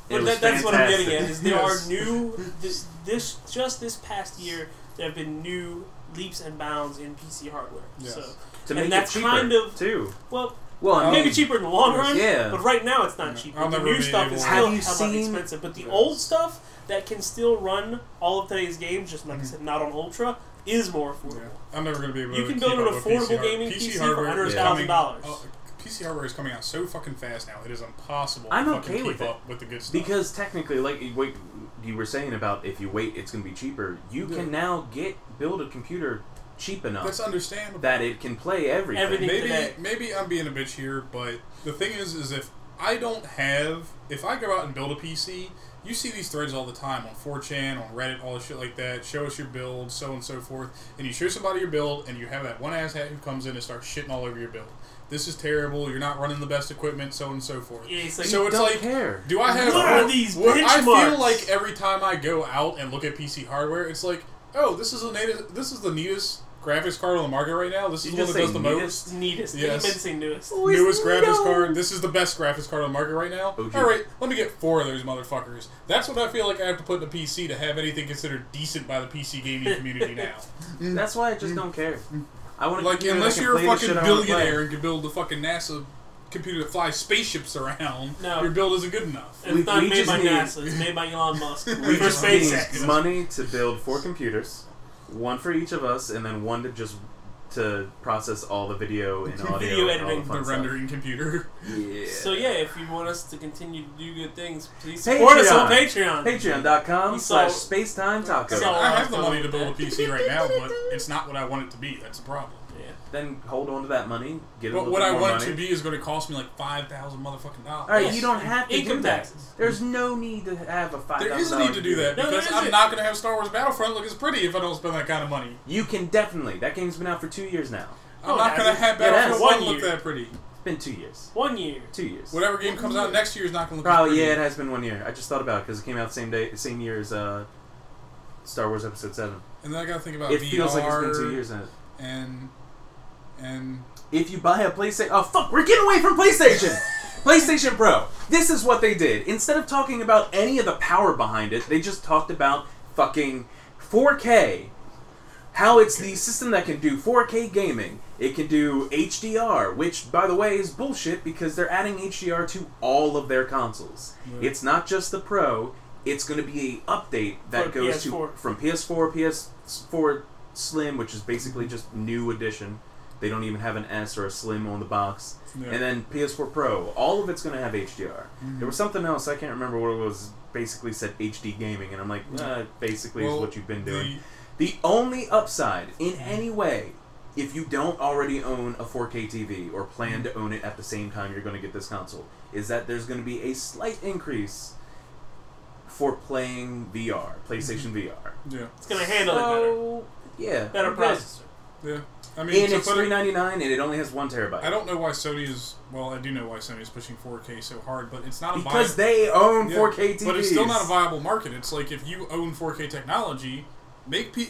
But was that, that's what I'm getting at. fantastic. Is there Yes. are new this, this just this past year there have been new leaps and bounds in PC hardware. Yes. So To And make that's it cheaper, kind of- too. well, Well, I Um, maybe mean, cheaper in the long run. Yeah. But right now it's not Yeah. cheap. I'll The never new be stuff able is to- still Have you hella seen- expensive. But the Yes. old stuff that can still run all of today's games, just like Mm-hmm. I said, not on ultra, is more Yeah. affordable. I'm never going to be able You to. can keep build an up with affordable PC hard- gaming PC PC for hardware under is $1,000. coming- dollars. oh, PC hardware is coming out so fucking fast now. It is impossible. I'm to okay fucking with keep it. up with the good stuff. because technically, like you wait, you were saying about if you wait, it's going to be cheaper. You Yeah. can now get build a computer cheap enough that's understandable. that it can play everything. Everything. maybe today. maybe I'm being a bitch here, but the thing is, is if I don't have, if I go out and build a PC, you see these threads all the time on 4chan, on Reddit, all the shit like that. Show us your build, so and so forth, and you show somebody your build, and you have that one asshat who comes in and starts shitting all over your build. This is terrible. You're not running the best equipment, so and so forth. Yeah, it's like so it's don't like, care. do I have What are these what- I benchmarks? feel like every time I go out and look at PC hardware, it's like, oh, this is the neatest, this is the neatest graphics card on the market right now. This is You the one just that say does the most. neatest? it's neatest. I Yes. meant to say newest. Oh, it's Newest graphics neato. card. This is the best graphics card on the market right now. OG. All right, let me get four of those motherfuckers. That's what I feel like I have to put in a PC to have anything considered decent by the PC gaming community now. That's why I just don't care. I want to like, unless you're a fucking billionaire and can build the fucking NASA computer that flies spaceships around, No. your build isn't good enough. It's We- not we made just by need- NASA. It's made by Elon Musk. We for just SpaceX. need money to build four computers, one for each of us, and then one to just to process all the video and audio Video and all editing, the The fun stuff. rendering computer. Yeah. So yeah, if you want us to continue to do good things, please support us on Patreon. Patreon.com So- slash Spacetime Taco. So- I have the money to I'll go build a with PC right now, but it's not what I want it to be. That's a problem. Yeah. Then hold on to that money. Get a But little what bit I more want money. it to be is going to cost me like five thousand motherfucking dollars. All right, Yes. you don't have to Income do that. taxes. There's no need to have a five. There is a need to do that No, there because I'm isn't. not going to have Star Wars Battlefront look as pretty if I don't spend that kind of money. You can definitely. That game's been out for two years now. I'm Oh, not that's- going to have yeah, Battlefront that's- 1 one look year. that pretty. It's been two years. One year. Two years. Whatever game comes out next year is not going to look as Probably pretty. yeah, it has been one year. I just thought about it because it came out the same day, same year as uh, Star Wars Episode Seven. And then I got to think about it VR feels like it's been two years now. and and If you buy a PlayStation, oh fuck, we're getting away from PlayStation. PlayStation Pro. This is what they did. Instead of talking about any of the power behind it, they just talked about fucking 4K. How it's the system that can do 4K gaming. It can do HDR, which, by the way, is bullshit because they're adding HDR to all of their consoles. Right. It's not just the Pro. It's going to be a update that For goes PS4. to from PS4, PS4 Slim, which is basically just new edition. They don't even have an S or a Slim on the box. Yeah. Mm-hmm. And then PS4 Pro, all of it's going to have HDR. There was something else I can't remember what it was. Basically said HD gaming, and I'm like, nah, basically Well, is what you've been the- Mm-hmm. doing. The only upside in any way, if you don't already own a 4K TV or Mm-hmm. plan to own it at the same time you're going to get this console, is that there's going to be a slight increase for playing VR, Mm-hmm. PlayStation VR. yeah, It's gonna handle it so, Yeah. better. Better okay. processor. yeah. I mean, And to it's put it- three ninety nine, and it only has one terabyte. I don't know why Sony is. Well, I do know why Sony is pushing 4K so hard, but it's not a because viable, they own yeah, 4K TVs. But it's still not a viable market. It's like if you own 4K technology, make pe-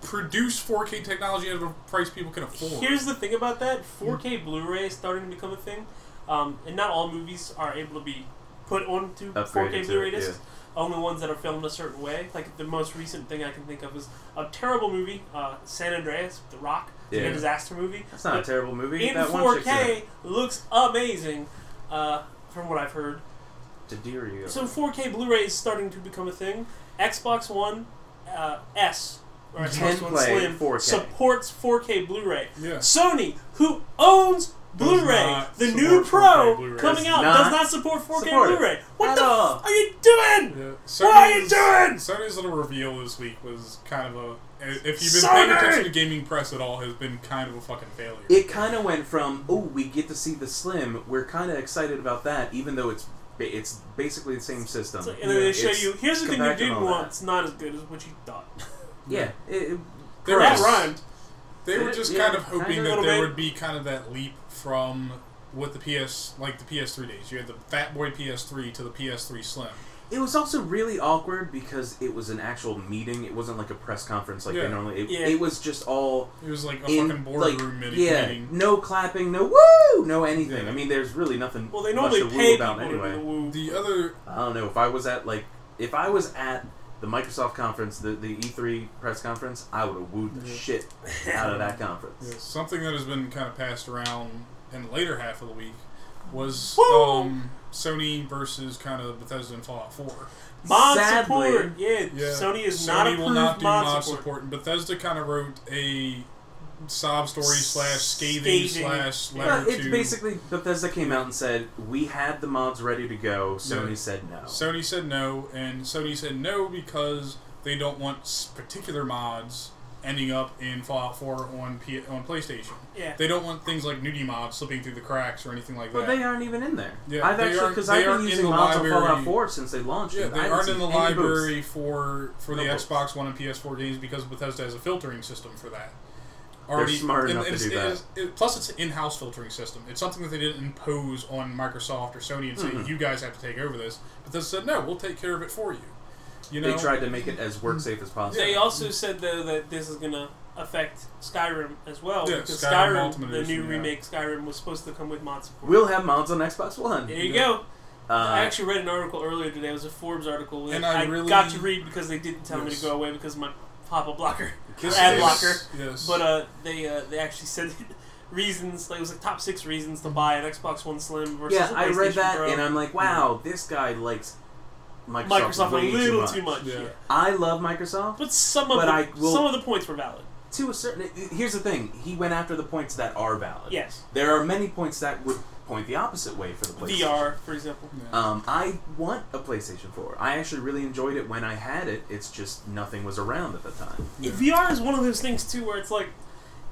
produce 4K technology at a price people can afford. Here's the thing about that: 4K Blu-ray is starting to become a thing, um, and not all movies are able to be put onto Upgraded 4K to Blu-ray it, discs. Only ones that are filmed a certain way. Like the most recent thing I can think of is a terrible movie, uh, San Andreas, The Rock, It's like Yeah. a disaster movie. That's not a But terrible movie. in that one chick's in it. 4K looks amazing, uh, from what I've heard. Daddario. So 4K Blu-ray is starting to become a thing. Xbox One uh, S or Can Xbox One play Slim 4K. supports 4K Blu-ray. Yeah. Sony, who owns Blu-ray, not the support new 4K Pro Blu-ray. coming Does out not does not support 4K support it Blu-ray. at What the all. f- are you doing? Yeah. What are you Sony's- doing? Sony's little reveal this week was kind of a. If you've been paying Sony! attention to gaming press at all, has been kind of a fucking failure. it kind of went from oh we get to see the slim we're kind of excited about that even though it's ba- it's basically the same system So- and then they Yeah, show it's you here's the thing you compact and didn't all want. that. It's not as good as what you thought. yeah it, it- They were that Gross. correct. rhymed. They were just Yeah, kind of kinda. hoping that Little there bit. would be kind of that leap from what the PS like the PS3 days. You had the Fat Boy PS3 to the PS3 Slim. it was also really awkward because it was an actual meeting it wasn't like a press conference like Yeah. they normally it, Yeah. it was just all It was like a in fucking like boardroom mid- yeah meeting. no clapping no woo no anything Yeah. I mean there's really nothing Well, they much normally to woo pay people about to do anyway the woo. The other I don't know if I was at like if I was at the Microsoft conference, the, the E3 press conference, I would have wooed the Yeah. shit out of that conference. something that has been kind of passed around in the later half of the week was Woo! um, Sony versus kind of Bethesda and Fallout 4. Mod Sadly- support. Yeah, Yeah. Sony is Sony not approved will not do mod, mod support. support. And Bethesda kind of wrote a sob story slash scathing, Scathing. slash Yeah. letter But it's to basically Bethesda came out and said we had the mods ready to go. Sony Yeah. said no. Sony said no, and Sony said no because they don't want s- particular mods ending up in Fallout 4 on P- on PlayStation. Yeah. They don't want things like nudie mods slipping through the cracks or anything like but that. they aren't even in there. Yeah, I've they actually aren't- because they I've been aren't in using the mods on Fallout library. 4 since they launched. yeah, and they I haven't aren't seen in the any booths. library for for the No booths. Xbox One and PS4 games because Bethesda has a filtering system for that. smart enough to it's- do it that. is- it- plus, it's an in-house filtering system. It's something that they didn't impose on Microsoft or Sony and say, Mm-hmm. "You guys have to take over this." Bethesda said, "No, we'll take care of it for you." You know, They tried to make it as work safe as possible. They also said though that this is gonna affect Skyrim as well Yeah, because Skyrim Skyrim, Ultimate the new Edition, yeah. remake Skyrim, was supposed to come with mod support. We'll have mods on Xbox One. there you Yeah. go. I Uh, actually read an article earlier today. It was a Forbes article, that And I really- got to read because they didn't tell me Yes. to go away because of my pop-up blocker, This ad is- blocker. Yes. But uh, they uh, they actually said reasons. Like it was like top six reasons to buy an Xbox One Slim versus yeah, a I read PlayStation that Pro. and I'm like, wow, this guy likes Microsoft, Microsoft way a little too much. Yeah. yeah. I love Microsoft. But some of But the, I will- some of the points were valid. to a certain here's the thing he went after the points that are valid Yes, there are many points that would point the opposite way for the playstation VR, for example. Yeah. um, i want a playstation 4 i actually really enjoyed it when i had it it's just nothing was around at the time Yeah. VR is one of those things too, where it's like,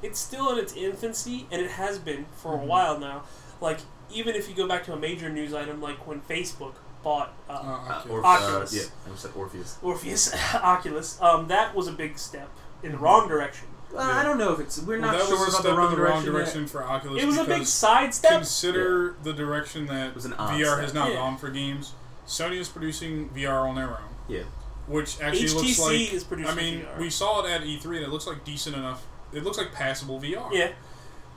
it's still in its infancy, and it has been for Mm-hmm. a while now. Like, even if you go back to a major news item, like when Facebook bought Uh, uh, uh, okay. Orph- Oculus. Uh, yeah i almost said orpheus Orpheus Oculus, um, that was a big step in the wrong direction. well, i don't know if it's we're Well, not that sure was a about step the wrong in the wrong direction, yet. direction for Oculus. It was a because big sidestep. Consider the direction that was an odd VR has step. now Yeah. gone for games. Sony is producing VR on their own, yeah which actually looks HTC like. is producing I mean, VR. we saw it at E3, and it looks like decent enough. It looks like passable VR. yeah,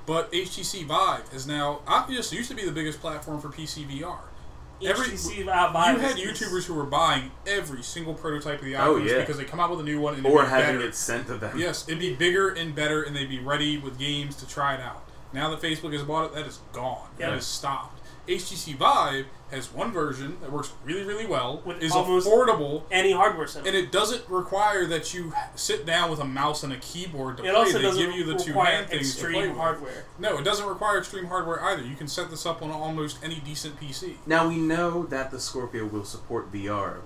But HTC Vive is now Oculus used to be the biggest platform for PC VR. Every- HTC uh, You Vive. had is- YouTubers who were buying every single prototype of the Oh, Oculus yeah. because they come out with a new one and it'd or be having better. it sent to them. Yes, it'd be bigger and better, and they'd be ready with games to try it out. Now that Facebook has bought it, that is gone. Yeah. That is stopped. HTC Vive has one version that works really, really well, With is almost- affordable, Any hardware center. and it doesn't require that you sit down with a mouse and a keyboard to It play. also they doesn't give you the two require hand things to play extreme with. hardware. No, it doesn't require extreme hardware either. You can set this up on almost any decent PC. Now we know that the Scorpio will support VR.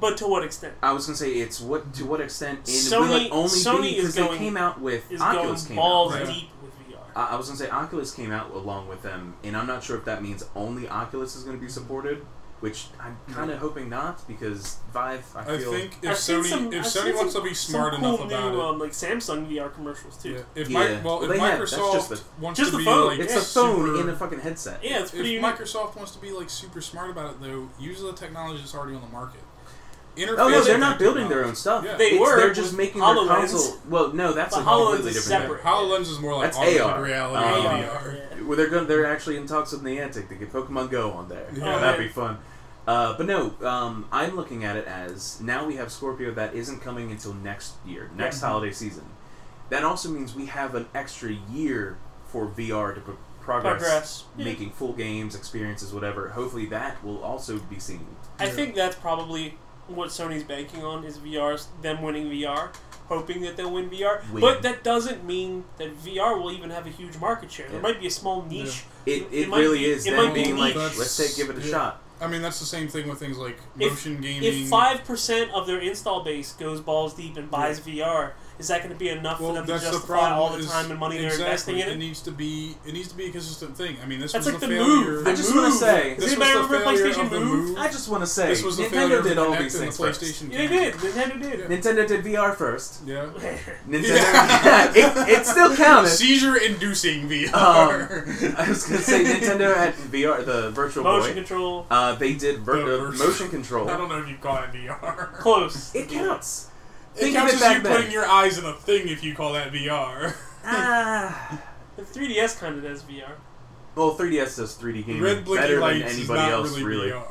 But to what extent? I was gonna say it's what to what extent and will Sony- it only Sony be is because they going- came out with Is Oculus going came out. balls Right? right? deep with VR. I I was gonna say Oculus came out along with them, and I'm not sure if that means only Oculus is gonna be supported, which I'm kind of Mm-hmm. hoping not because Vive. I I feel think if I've seen Sony some- if I've Sony seen wants some- to be smart some enough cool about new, it, um, like Samsung VR commercials too. Yeah. If Yeah. Mi- well, Well, if they have- that's Microsoft just the- wants Just to the be phone. like it's yeah, a phone super, in a fucking headset. Yeah, it's if pretty. unique. Microsoft wants to be like super smart about it, though, use the technology that's already on the market. Interface Oh no, they're with not the building their own technology. stuff. Yeah. They It's- were They're with just making their HoloLens. console. Well, no, that's a But HoloLens completely is different. separate. Hololens is more like That's augmented AR. reality. Um, and Yeah, VR. yeah. thing. Well, they're going. They're actually in talks with Niantic to get Pokemon Go on there. Yeah. Oh, that'd be man. fun. Uh, but no, um, I'm looking at it as now we have Scorpio that isn't coming until next year, next Yeah. holiday season. That also means we have an extra year for VR to pro- progress, Progress. Yeah. making full games, experiences, whatever. Hopefully, that will also be seen. I think that's probably what Sony's banking on is VR's them winning VR, hoping that they'll win VR. Win. But that doesn't mean that VR will even have a huge market share. Yeah. There might be a small niche. It, It it, might really be- is it them might be being like, niche. let's take, give it a Yeah. shot. I mean, that's the same thing with things like If- motion gaming. If five percent of their install base goes balls deep and buys VR, is that going to be enough well, for them to that's the justify problem. all the is- time and money exactly, they're investing in it? needs to be. It needs to be a consistent thing. I mean, this That's was like the the failure. move. I The just move. wanna say- This does was anybody the remember failure PlayStation of the Move? move. I just want to say, This was the failure Nintendo of did the all Kinect these and things the first. PlayStation. Yeah, they did. Nintendo did. Nintendo did VR first. Yeah. Nintendo, Yeah. it, it still counted. Seizure-inducing Um, VR. I was gonna say Nintendo had VR, the Virtual Motion Boy. control Uh, they did vir- The uh, vers- motion control. I don't know if you call it VR. close. It counts. it Think counts of it as you back then. putting your eyes in a thing if you call that VR. Ah. The 3DS kind of does VR. Well, 3DS does 3D gaming Red blinking Hmm, better than lights is anybody not else, really, really. VR.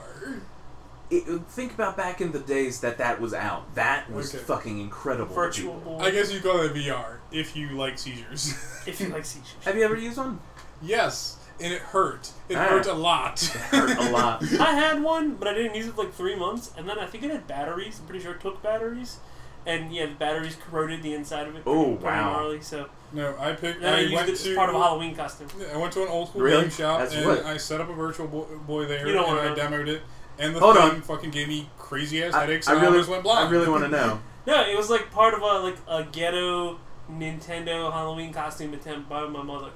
It- uh, think about back in the days that that was out. That was Okay. fucking incredible. to Virtual people. Boy. I guess you call that VR if you like seizures. If you like seizures. Have you ever used one? yes, and it hurt. It Ah. hurt a lot. It hurt a lot. I had one, but I didn't use it for like three months, and then I think it had batteries. I'm pretty sure it took batteries, and yeah, the batteries corroded the inside of it. Oh, pretty wow. gnarly, so no, I picked. then I, used went it as to part of a Halloween costume. Yeah, I went to an old school Really? game shop That's and what- I set up a virtual boy, boy there You don't and wanna I know. demoed it. And the Hold thing on. fucking gave me crazy ass I- headaches I and I really- almost went blind. I really want to know. No, it was like part of a like a ghetto Nintendo Halloween costume attempt by my mother.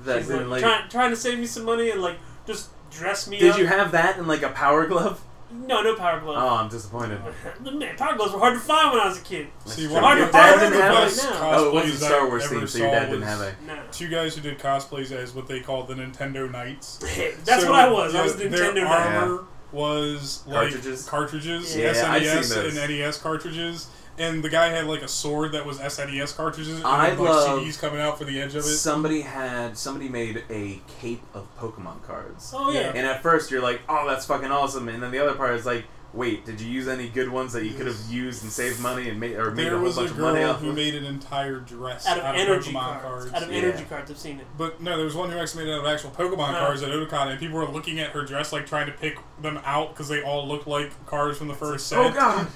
That She's didn't like. like, trying trying to save me some money and like just dress me Did up. you have that in like a power glove? no, no power glove. Oh, I'm disappointed. Man, power gloves were hard to find when I was a kid. That's See, true. one Hard to of the- find one of them the now, best right now. Oh, it wasn't cosplays a Star I Wars ever theme, so your saw dad didn't was have a. No, Two guys who did cosplays as what they called the Nintendo Knights. that's So, what I was. yeah, I was Nintendo. Their Knight. armor was like Cartridges? cartridges, Yeah, I've seen SNES those. and NES cartridges, and the guy had like a sword that was SNES cartridges. And I had, like, love- CDs coming out for the edge of it. Somebody had somebody made a cape of Pokemon cards. Oh yeah. And at first you're like, oh, that's fucking awesome, and then the other part is like, wait, did you use any good ones that you could have used and saved money and made or made There a whole was a bunch of money girl off? who of? made an entire dress out of energy cards. Pokemon cards. Out of e- Yeah. energy cards, I've seen it. But no, there was one who actually made it out of actual Pokemon No. cards at Otakon, and people were looking at her dress like trying to pick them out because they all looked like cards from the first set. Oh god,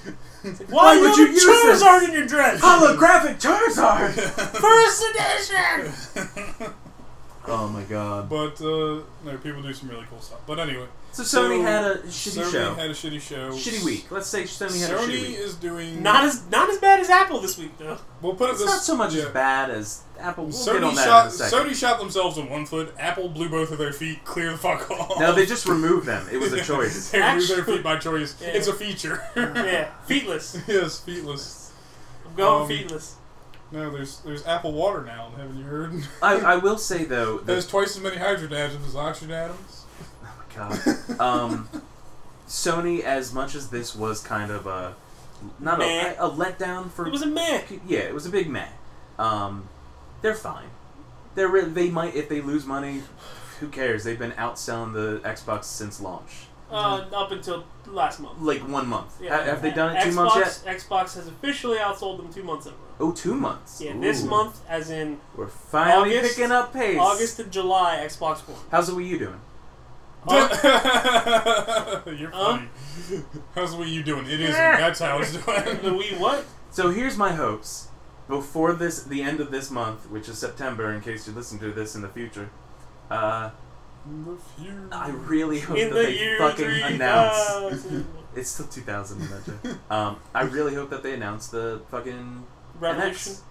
Why, would would you you use use this? Charizard in your dress? holographic Charizard! First edition. oh my god. but uh, no, people do some really cool stuff. But anyway, So Sony had a shitty Sony show, had a shitty show. shitty week. Let's say Sony had a shitty Sony week. is doing Not as not as bad as Apple this week though. We'll put it It's this not so much yeah. as bad as Apple. We'll get on Sony that shot in a second. Sony shot themselves in one foot. Apple blew both of their feet. Clear the fuck off. No, they just removed them. It was a choice. they blew their Actually- feet by choice. Yeah. It's a feature. Yeah, feetless. yes, feetless. I'm going Um, feetless. No, there's there's Apple Water now. Haven't you heard? I, I will say though, that There's twice as many hydrogen atoms as oxygen atoms. God. Um, Sony, as much as this was kind of a not Meh. a, a letdown for It was a mech. yeah, it was a big meh. Um, they're fine. They're re- they might if they lose money, who cares? They've been outselling the Xbox since launch. Uh, Up until last month. Like one month. Yeah. Ha- have they done it two Xbox, months yet? Xbox has officially outsold them two months in a row. Oh, two months. Yeah, this Ooh. month, as in We're finally August- picking up pace. August to July, Xbox One. How's the Wii U doing? Uh, You're Huh? funny. How's what you doing? It isn't. That's how it's the doing. Wii what? So here's my hopes. Before this, the end of this month, which is September, in case you listen to this in the future, uh, I really hope In that the they year Ah. fucking announce. 3000. It's still 2000. Imagine. um, I really hope that they announce the fucking Revolution. NX.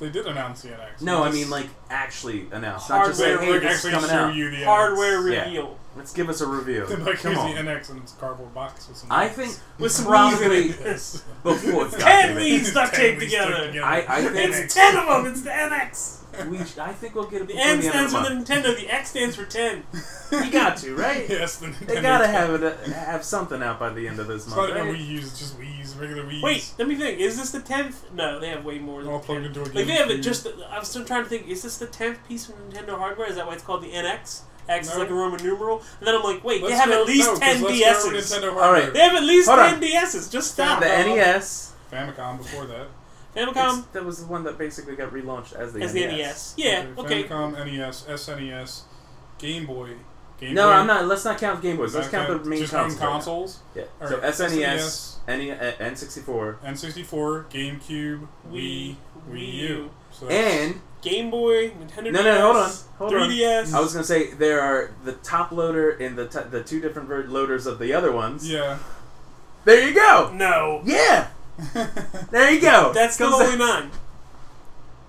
They did announce the NX. No, I Just- mean like actually announce, not just They say, hey, Hardware, like, this is actually coming show out. you the NX. Hardware Yeah. reveal Let's give us a review. They're Like, Come here's on. the NX in its cardboard box with some. I think with some Probably- Wii Yes. before God Ten damn it. Wii stuck Ten taped Wii's together. I- I think- It's ten of them. It's the NX. we, I think we'll get it The before N the end of stands the for the month. Nintendo. The X stands for ten. You got to, right? Yes, the Nintendo. They gotta have it, uh, have something out by the end of this It's not month. even right? Wii U's, it's just Wii's, regular Wii's. Wait, let me think. Is this the tenth? No, they have way more than All the 10. plugged into a Like they have it GameCube. just. I was still trying to think. Is this the tenth piece of Nintendo hardware? Is that why it's called the NX? X is No. like a Roman numeral. And then I'm like, wait, they Let's have go- at least no, 'cause ten let's go to DSs. Nintendo All right. hardware. They have at least Hold ten on. DSs. Just stop. the E NES. Famicom before that. Famicom It's- That was the E one that basically got relaunched as the Um, as the E NES. NES. Yeah. Okay. Famicom, E NES, SNES, Game Boy. Game No, Boy. I'm not. Let's not count Game Boys. Let's count the main just consoles. home consoles. Yeah. All So E right. E SNES, NE- N64, N64, GameCube, Wii, Wii U. So that's- and Game Boy, Nintendo. No, no, hold on, DS, hold on. 3DS. I was gonna say there are the top loader and the t- the two different ver- loaders of the other ones. yeah. There you go. No. Yeah. There you go. That's the Comes only out- nine.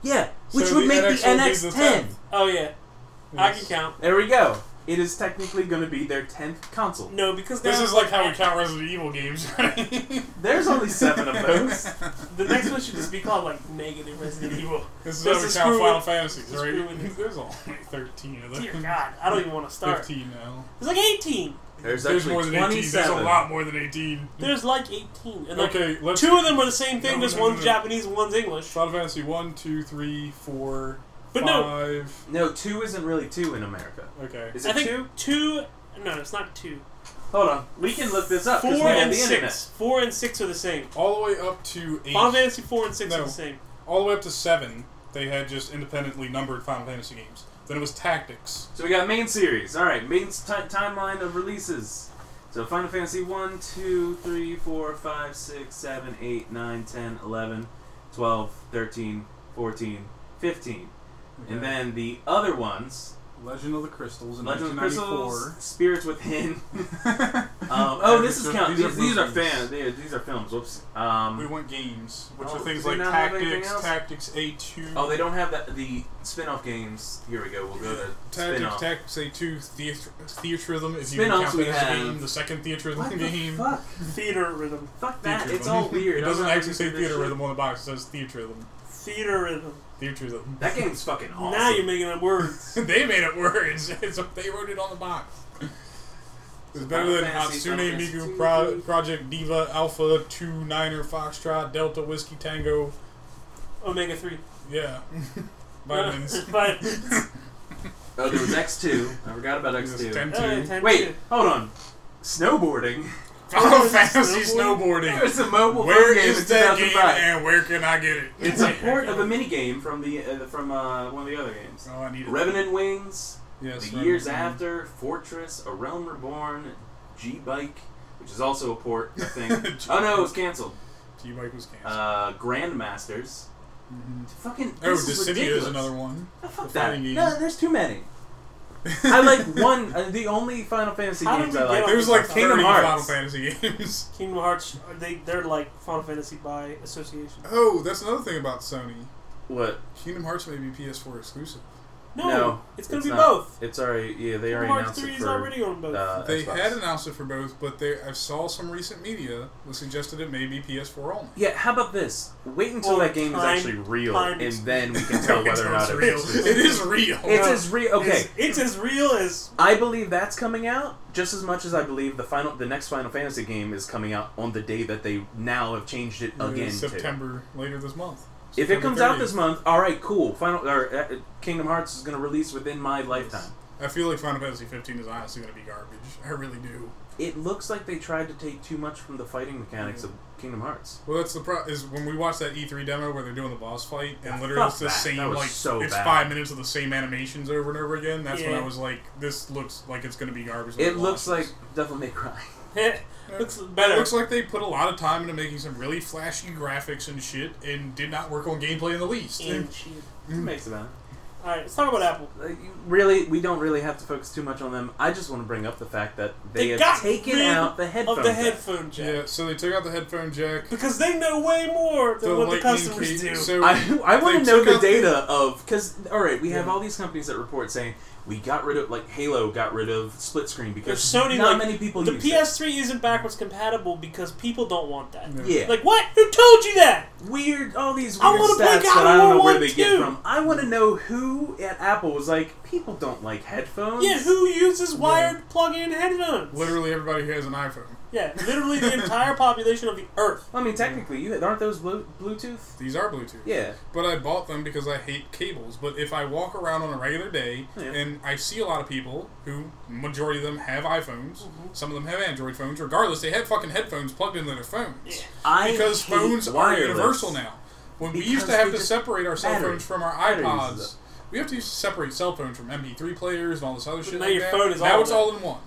Yeah, So which would make the will be NX the ten. tenth. Oh yeah, I can Yes. count. There we go. It is technically going to be their tenth console. No, because This now- is like how we count Resident Evil games, right? There's only seven of those. The next one should just be called like negative Resident Evil. This is There's how we a screw count Final with- Fantasies, a screw right? with- There's only 13 of them. Dear God, I don't even want to start. 15 now. There's like 18. There's, There's actually more than 18. There's a 27. lot more than 18. There's like 18, and like Okay, let's. two of them are the same thing. No, just no, no, one's no. Japanese, and one's English. Final Fantasy 1, 2, 3, 4, But no. 5. No, two isn't really two in America. Okay. Is it I think two? two. No, it's not two. Hold on, we can look this up. 'cause we Four have and the six. internet. Four and six are the same. All the way up to 8. Final Fantasy four and six are No. the same. all the way up to 7, they had just independently numbered Final Fantasy games. Then it was Tactics. So we got main series. All right, main s- ti timeline of releases. So Final Fantasy 1, 2, 3, 4, 5, 6, 7, 8, 9, 10, 11, 12, 13, 14, 15. And then the other ones Legend of the Crystals in Legend of the Crystals, Spirits Within. Um, oh, this is count. These, these are fan. they- These are films. Whoops. We Um, want games, which Oh, are things do they like not have anything Tactics, else? Tactics A2. oh, they don't have that, the spin-off games. Here we go. We'll go to Tactics, spin-off. Tactics A2, theat- Theatrism, if you Spin-offs count we that as a have. game, the second Theatrism What the game. fuck? Theater rhythm. Fuck that. Theater It's rhythm. all weird. It I'm doesn't not actually say into this theater shit. rhythm on the box. It says theater rhythm. Theater rhythm. Theater rhythm. That game's fucking awesome. Now you're making up words. they made it words. It's, they wrote it on the box. It's better than Final Fantasy, Hatsune Final Fantasy Miku two, Pro- three. Project Diva Alpha 2 Niner Foxtrot Delta Whiskey Tango. Omega three. Yeah. Vitamins. but Oh, there was X two. I forgot about X There's two. ten- uh, Wait, hold on. Snowboarding. Final Fantasy Snowboarding. There's a mobile Where phone game is in that game 2005. and where can I get it? It's a port of a minigame from the uh, from uh, one of the other games. Oh, I need it. Revenant Wings, Yes, The Years Revenant. After, Fortress, A Realm Reborn, G Bike, which is also a port, I think. oh no, it was canceled. T-Bike was canceled. Uh, Grandmasters. Mhm. Fucking. Oh, this is Dissidia ridiculous. is another one. Oh, fuck the that. fighting game. No, there's too many. I like one. Uh, the only Final Fantasy How did games we I get like. on There's like Kingdom 30 Final Hearts. Fantasy games. Kingdom Hearts, they they're like Final Fantasy by association. Oh, that's another thing about Sony. What? Kingdom Hearts may be PS4 exclusive. No, No, it's gonna it's be not. both. It's already yeah. They Kingdom already Hearts announced three it is for. already on both. uh, They Xbox. had announced it for both, but they I saw some recent media that suggested it may be PS4 only. Yeah. How about this? Wait until Well, that game time- is actually real, time- and then we can tell whether or not it's it's real. exclusive. It is real. It's as real. Okay, It's, it's as real as I believe that's coming out just as much as I believe the final, the next Final Fantasy game is coming out on the day that they now have changed it Mm, It again. is To. September later this month. If it comes September out this month, all right, cool. Final or uh, Kingdom Hearts is going to release within my lifetime. I feel like Final Fantasy 15 is honestly going to be garbage. I really do. It looks like they tried to take too much from the fighting mechanics of Kingdom Hearts. Well, that's the pro. Is when we watched that E3 demo where they're doing the boss fight, and Yeah, literally fuck it's the that. same That was like so it's bad. five minutes of the same animations over and over again. That's when Yeah. I was like, this looks like it's going to be garbage. when It looks like launches. Devil May Cry. looks It better. looks like they put a lot of time into making some really flashy graphics and shit, and did not work on gameplay in the least. And shit. Who makes about All right, let's talk about Apple. it? Like, you- Really, we don't really have to focus too much on them. I just want to bring up the fact that They they, got have taken rid out the headphone. Of the jack. headphone jack. yeah, so they took out the headphone jack. Because they know way more than the what the lightning customers case- do. So I, I want They to know took the out the- data of because all right, we have Yeah. all these companies that report saying we got rid of like Halo got rid of split screen because If Sony, not like, many people the use PS3 is isn't backwards compatible because people don't want that. Yeah. it. Yeah, Like what? Who told you that? weird all these I weird wanna play stats God that of I War don't know where 1 they too. get from. I want to know who at Apple was like people don't like headphones. Yeah, who uses wired plug-in headphones? literally everybody who has an iPhone. Yeah, literally the entire population of the Earth. I mean, technically, you aren't those blu- Bluetooth? These are Bluetooth. Yeah, But I bought them because I hate cables. But if I walk around on a regular day Yeah. and I see a lot of people who majority of them have iPhones, Mhm. some of them have Android phones, regardless, they had fucking headphones plugged into their phones. I Because hate phones wireless. are universal now. When we used to Because have they to just- separate our cell battery- phones from our batteries is iPods, we have to use to separate cell phones from MP3 players and all this other shit. now like your that. phone is now all it's of it. all in one.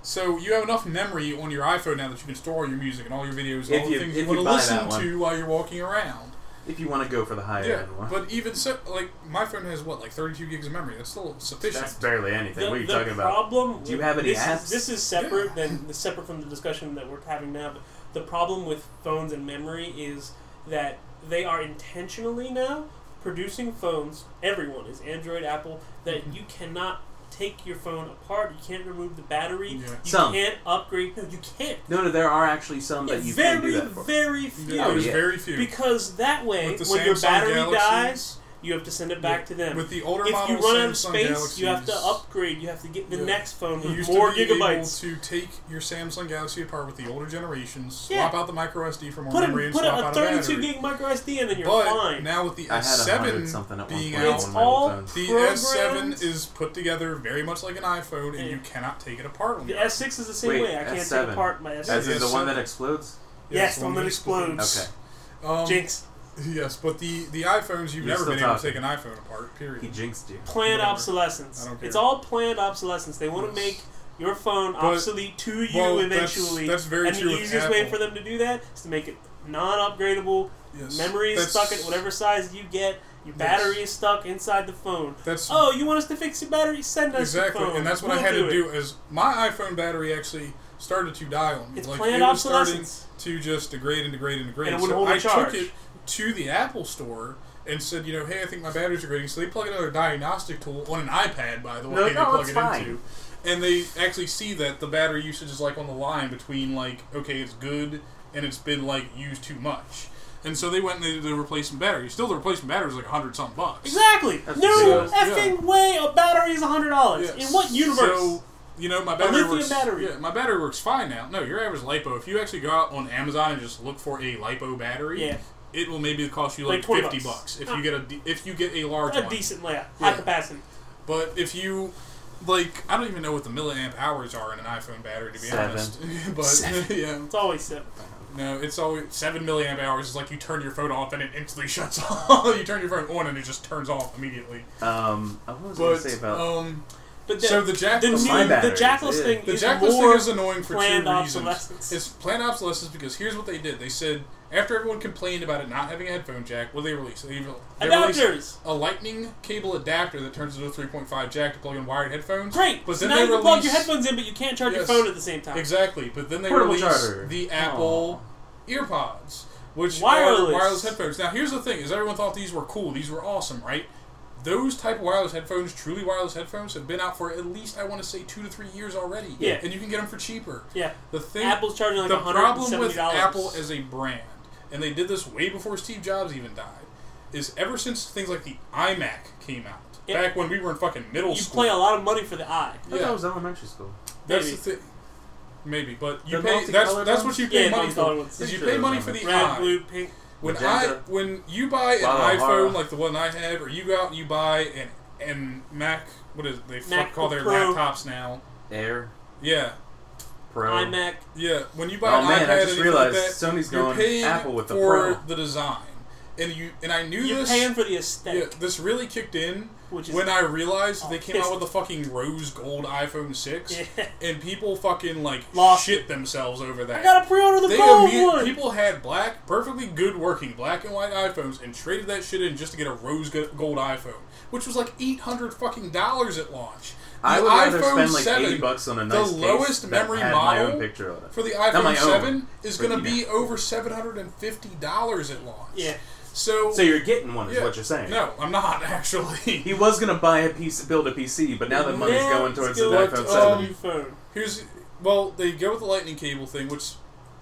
So you have enough memory on your iPhone now that you can store all your music and all your videos and If all the you- things if you you want to buy listen that one. to while you're walking around. If you want to go for the higher Yeah, end one, but even so, like my phone has what, like 32 gigs of memory. That's still sufficient. that's barely anything. The, what are you the talking about? problem. Do you with- have any this apps? Is, this is separate than separate from the discussion that we're having now. But the problem with phones and memory is that they are intentionally now producing phones. Everyone is Android, Apple. That Mm-hmm. you cannot take your phone apart. You can't remove the battery. Yeah. You Some. can't upgrade. No, you can't. No, no, there are actually some that you very, can do that for. very few. Yeah, there's Oh, yeah. very few. Because that way, With the when your Samsung battery Galaxy- dies, you have to send it back to them. With the older if model you run out Samsung of space, Galaxies, you have to upgrade. You have to get the Yeah. next phone You with used more to be gigabytes. able to take your Samsung Galaxy apart with the older generations, Yeah. swap out the micro SD for more Put memory, a, put and swap a, out a 32 battery. gig micro SD in, and you're but fine. now with the I had a hundred something S7 at one being point It's out, on my old all- phone. the programmed. S7 is put together very much like an iPhone, and Yeah. you cannot take it apart. On the your S6 is the same Wait, way. I can't take S7. apart my S6. As in Yes, the so- one that explodes. yes, the one that explodes. Okay, Um, Jinx, Yes, but the the iPhones you've You're never still been able to talking. take an iPhone apart. Period. he jinxed you. planned Whatever. obsolescence. I don't It's care. all planned obsolescence. They want to Yes. make your phone But- obsolete to you well, that's- eventually. that's very and true the with easiest way Apple. for them to do that is to make it non-upgradable. Yes. Memory is That's- stuck at whatever size you get. Your battery is stuck inside the phone. That's Oh, you want us to fix your battery? Send us exactly, your phone. and that's what we'll I had to it. do. Is my iPhone battery actually started to die on me? It's like planned it was obsolescence. starting to just degrade and degrade and degrade. And it wouldn't so hold a I charge. took it to the Apple store and said, you know, hey, I think my battery's degrading. So they plug another diagnostic tool on an iPad, by the way. No, they no, plug it's it fine. into. And they actually see that the battery usage is like on the line between like okay, it's good and it's been like used too much. And so they went and they, they replaced some batteries. Still, the replacement battery was like hundred some bucks. Exactly. That's no ridiculous. effing way a battery is hundred dollars. Yes. In what universe? So, you know, my battery lithium works. battery. Yeah, my battery works fine now. No, your average lipo. If you actually go out on Amazon and just look for a lipo battery, Yeah. it will maybe cost you Like like, 20 fifty bucks. bucks, if you get a de- if you get a large a one. decent layout, high Yeah. capacity. But if you like, I don't even know what the milliamp hours are in an iPhone battery to be Seven. honest. but Seven. yeah, It's always seven. no, it's always seven milliamp hours. is like you turn your phone off and it instantly shuts off. you turn your phone on and it just turns off immediately. Um, I- what was I But going to say about? um, But so the jack the new was my the battery. jackless Yeah. thing The is Jackless more thing is annoying for planned two reasons. obsolescence. It's planned obsolescence because here's what they did. They said after everyone complained about it not having a headphone jack, what did they release? They, they released adapters. a lightning cable adapter that turns into a 3.5 jack to plug in wired headphones. Great. But so then now they you can plug release- your headphones in, but you can't charge your Yes. phone at the same time. Exactly. But then they Portable released charger. the Apple EarPods, which Wireless. are wireless headphones. Now here's the thing: is everyone thought these were cool? These were awesome, right? Those type of wireless headphones, truly wireless headphones, have been out for at least I want to say two to three years already. Yeah. And you can get them for cheaper. Yeah. The thing, Apple's charging like the $170. problem with Apple as a brand, and they did this way before Steve Jobs even died, is ever since things like the iMac came out, Yeah. back when we were in fucking middle you school. play a lot of money for the eye. I thought yeah. that was elementary school. that's Maybe. the thing. Maybe, but you The pay. That's multicolored that's ones? what you pay Yeah, money multicolored for. ones. Is you Sure, pay money those for the Red, eye. blue, pink. When Magenta. I when you buy an Wow, iPhone wow. like the one I have, or you go out and you buy an an Mac what is they fuck Mac call their Pro. laptops now? Air Yeah, Pro. iMac. yeah. When you buy oh an man, iPad I or just anything realized like that, Sony's you're going paying Apple with the Pro. for the design, and you and I knew You're this. paying for the yeah, aesthetic, this really kicked in which is when I realized Oh, they came pissed. out with the fucking rose gold iPhone six, Yeah. and people fucking like Lost shit themselves over that. I gotta pre-order the They gold imme- one. people had black, perfectly good working black and white iPhones and traded that shit in just to get a rose go- gold iPhone, which was like eight hundred fucking dollars at launch. I The would rather iPhone spend like 7, eighty bucks on a the nice case lowest that memory had my model own picture on it. for the Not my own, iPhone Seven is but going to you be over seven hundred and fifty dollars at launch. yeah, So, So you're getting one, is Yeah. what you're saying? no, I'm not actually. He was gonna buy a piece, build a PC, but now the money's Now going it's towards the going iPhone to um, a Seven. new phone. Here's well, they go with the lightning cable thing, which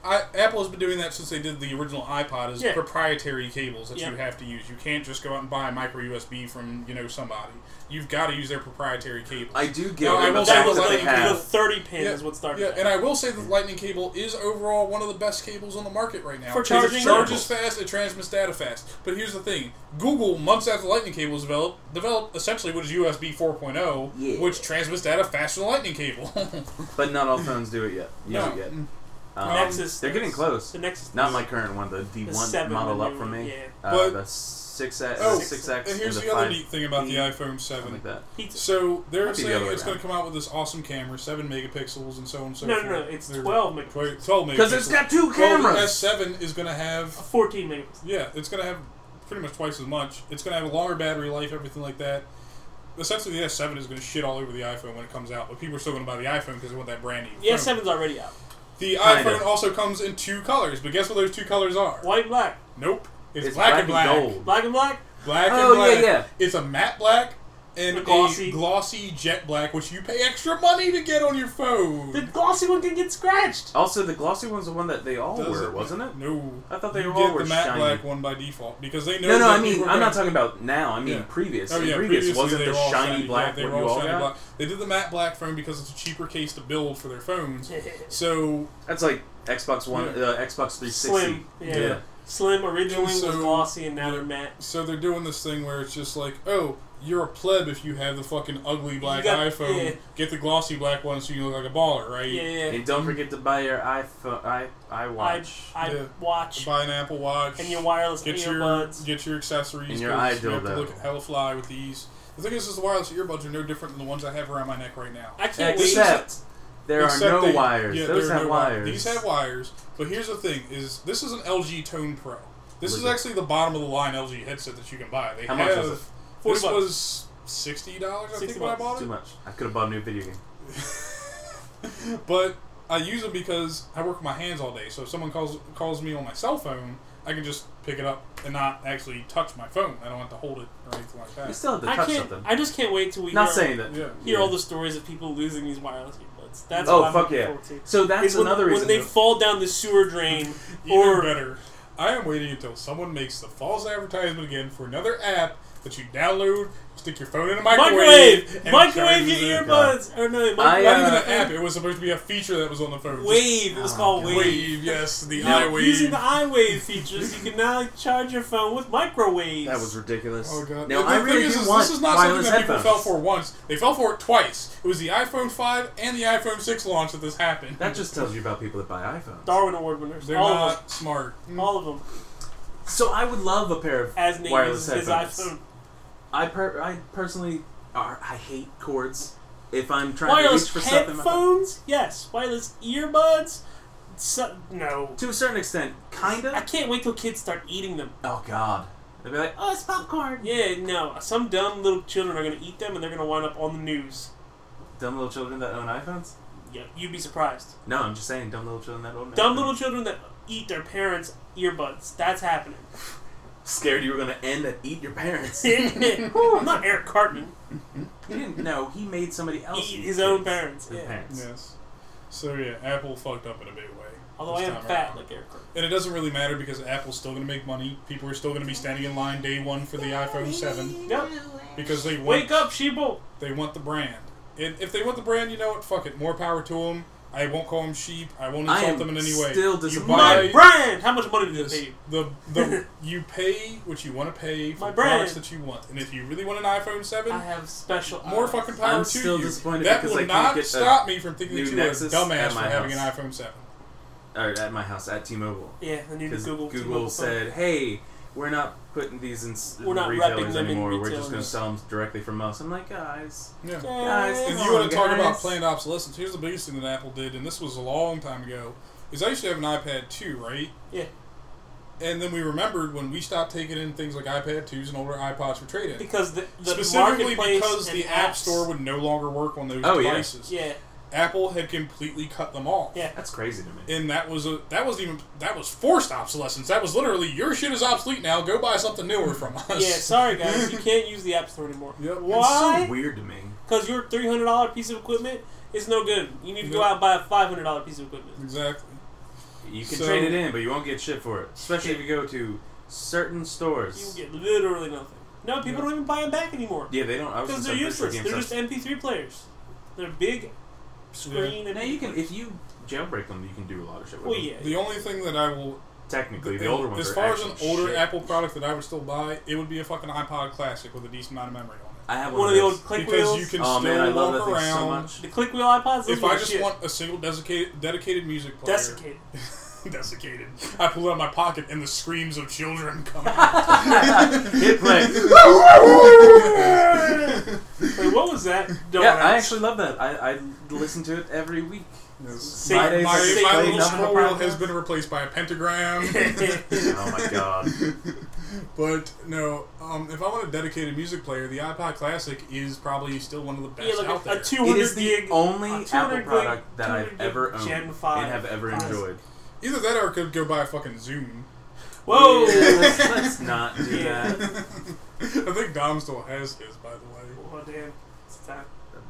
I, Apple has been doing that since they did the original iPod. Is Yeah. proprietary cables that Yeah. you have to use. You can't just go out and buy a micro USB from you know somebody. You've got to use their proprietary cables. I do give No, I them will the say That fact was the that they like lightning the have. thirty pin Yeah, is what started. Yeah, that. and I will say that the Lightning cable is overall one of the best cables on the market right now. For Because charging it charges cables. fast, it transmits data fast. But here's the thing: Google, months after Lightning cable was developed, developed essentially what is USB 4.0, Yeah. oh, which transmits data faster than Lightning cable. But not all phones do it yet. Use No. it yet. Mm. Um, Nexus. They're getting close. The Nexus. Not my current one, the D The one seven, model the up new for one, me. yeah. Uh, But- the six X, Oh, the six X, and here's and the, the, other five, neat thing about the E, iPhone something 7. like that. pizza. So they're Might be the saying other way it's going to around. come out with this awesome camera, seven megapixels, and so on and so No, forth. no, no. It's They're- twelve megapixels. Wait, twelve megapixels. Because it's got two well, the cameras. S7 is going to have Fourteen megapixels. Yeah, it's gonna have pretty much twice as much. It's gonna have a longer battery life, everything like that. Essentially, the S7 is gonna shit all over the iPhone when it comes out, but people are still gonna buy the iPhone because they want that brand new. The phone. S seven's already out. The Kinda. iPhone also comes in two colors, but guess what those two colors are? White and black, Nope, it's, black, and black, gold. black and black. black Oh, and yeah, black. yeah. It's a matte black and The glossy. a glossy jet black, which you pay extra money to get on your phone. The glossy one can get scratched. Also, the glossy one's the one that they all Does were, it- wasn't it? No, I thought they you were all get were the matte shiny. black one by default because they know. No, no, that I mean, people are I'm gonna- not talking about now. I mean Yeah. previous. Oh yeah, In previously previous wasn't they the were all shiny yeah, black They one were you all shiny got? black. They did the matte black phone because it's a cheaper case to build for their phones. So That's like Xbox One, Yeah. uh, Xbox 360. Slim, yeah. Yeah. Slim originally And was so- glossy, and now they're matte. so they're doing this thing where it's just like, oh, you're a pleb if you have the fucking ugly black got- iPhone. yeah. Get the glossy black one so you look like a baller, right? Yeah, yeah. And don't forget to buy your iPhone, i I, iWatch, I Yeah. watch Buy an Apple Watch. and your wireless get your earbuds. get your accessories. And your 'cause you eye have to dildo. look hella fly with these. The thing is, is the wireless earbuds are no different than the ones I have around my neck right now. I can't wait. except there are Except no they- wires. yeah, Those there are have no wires. These have wires. But here's the thing: is this is an LG Tone Pro. This is Look at- actually the bottom of the line LG headset that you can buy. They How much have, was it? Forty This bucks. was sixty dollars, I 60 think, when I bucks. bought Too it. much. I could have bought a new video game. But I use them because I work with my hands all day. So if someone calls calls me on my cell phone, I can just pick it up and not actually touch my phone. I don't have to hold it or anything like You that. still have to I touch can't. something. I just can't wait till we Not hear, saying that. Yeah. hear all the stories of people losing these wireless earbuds. That's oh what I'm fuck looking yeah! forward to. So that's Is when, another when reason. they to- fall down the sewer drain, Even or better, I am waiting until someone makes the false advertisement again for another app that you download, stick your phone in a microwave, microwave, and microwave charge your it. earbuds. Or no, I, Not even microwave uh, an app. It was supposed to be a feature that was on the phone. Just wave. It was called Oh, wave. wave. Yes, the Now, iWave. using the iWave features, you can now charge your phone with microwaves. that was ridiculous. Oh god! Now the I thing really is, do is want this is not something wireless that headphones. people fell for once. They fell for it twice. It was the iPhone 5 and the iPhone 6 launch that this happened. That just tells you about people that buy iPhones. Darwin Award winners. they're all of not smart. them. All of them. So I would love a pair of As Nate wireless uses his headphones. iPhone. I per- I personally are I hate cords. If I'm trying Wireless to reach for something, headphones? Yes. Wireless earbuds? So, no. to a certain extent, I kinda. can't wait till kids start eating them. Oh god! They'd be like, oh, it's popcorn. Yeah, no. Some dumb little children are going to eat them and they're going to wind up on the news. Dumb little children that own iPhones. Yeah, you'd be surprised. No, I'm just saying, dumb little children that own. Dumb iPhones. little children that eat their parents' earbuds. That's happening. Scared you were gonna end at eat your parents. you I'm not Eric Cartman. didn't know he made somebody else Eat eat his own parents. parents. His Yeah. parents. Yes. So yeah, Apple fucked up in a big way. Although I this am time fat around. like Eric Cartman. And it doesn't really matter because Apple's still going to make money. People are still going to be standing in line day one for the iPhone 7 Yep. because they want Wake up, Sheeple! they want the brand. And if they want the brand, you know what? Fuck it. More power to them. I won't call him sheep. I won't I insult am them in any way. still disappointed. My You buy brand. How much money did this- they pay? you? the the you pay what you want to pay for My the products brand. that you want, and if you really want an iPhone seven, I uh, have special. more eyes. fucking power I'm to still you. disappointed that because will I can't not get a stop me from thinking that new you are a Nexus dumbass at for my having an house. iPhone seven. Or at my house at T-Mobile. Yeah, the new Because Google. Google, T-Mobile said, "Hey, we're not putting these in s- We're not wrapping retailers them in anymore. we're just going to retailers." sell them directly from us." I'm like, guys, Yeah. phone. Guys, Yeah. If Come you want on, to talk about guys. planned obsolescence, here's the biggest thing that Apple did, and this was a long time ago, is I used to have an iPad 2, right? Yeah. And then we remembered when we stopped taking in things like iPad 2s and older iPods for trade-in. because the, the Specifically marketplace because and the App apps- Store would no longer work on those Oh, yeah. devices. Yeah, Apple had completely cut them off. Yeah. that's crazy to me. And that was a that was even that was forced obsolescence. That was literally your shit is obsolete now. Go buy something newer from us. yeah. Sorry guys, you can't use the App Store anymore. Yep. It's Why? so weird to me. Because your three hundred dollar piece of equipment is no good. You need to go Yep. out and buy a five hundred dollar piece of equipment. Exactly. You can So- trade it in, but you won't get shit for it, especially if you go to certain You stores. get literally nothing. No, people Yeah. don't even buy them back anymore yeah, they don't. I was because just they're I'm pretty sure useless. They're GameStop- just MP3 players. They're big screen. And now you can if you jailbreak them, you can do a lot of shit with Well, them. yeah. The only thing that I will Technically, the And older ones. As are far as an actually older shit. Apple product that I would still buy, it would be a fucking iPod Classic with a decent amount of memory on it. I have one, of the those. old click because wheels. you can Oh still man, I love that walk thing so around. much. the click wheel iPods. those If were I the just shit. want a single dedicated dedicated music player, desiccated. Desiccated. I pull it out of my pocket and the screams of children come out. Hit play. Wait, what was that? Don't yeah, ask. I actually love that. I, I listen to it every week. Yes. Same- my Fridays I play same- my, my same- little nothing but scroll wheel podcasts. has been replaced by a pentagram. Oh my god. but no, um, if I want a dedicated music player, the iPod Classic is probably still one of the best yeah, like out a, there. a 200 It is the gig. only a 200 Apple gig- product that 200 I've gig ever owned Gen 5 and have ever Classic. enjoyed. Either that or I could go buy a fucking Zoom. Whoa! Yeah, let's, let's not do Yeah. that. I think Dom still has his, by the Oh damn! It's time.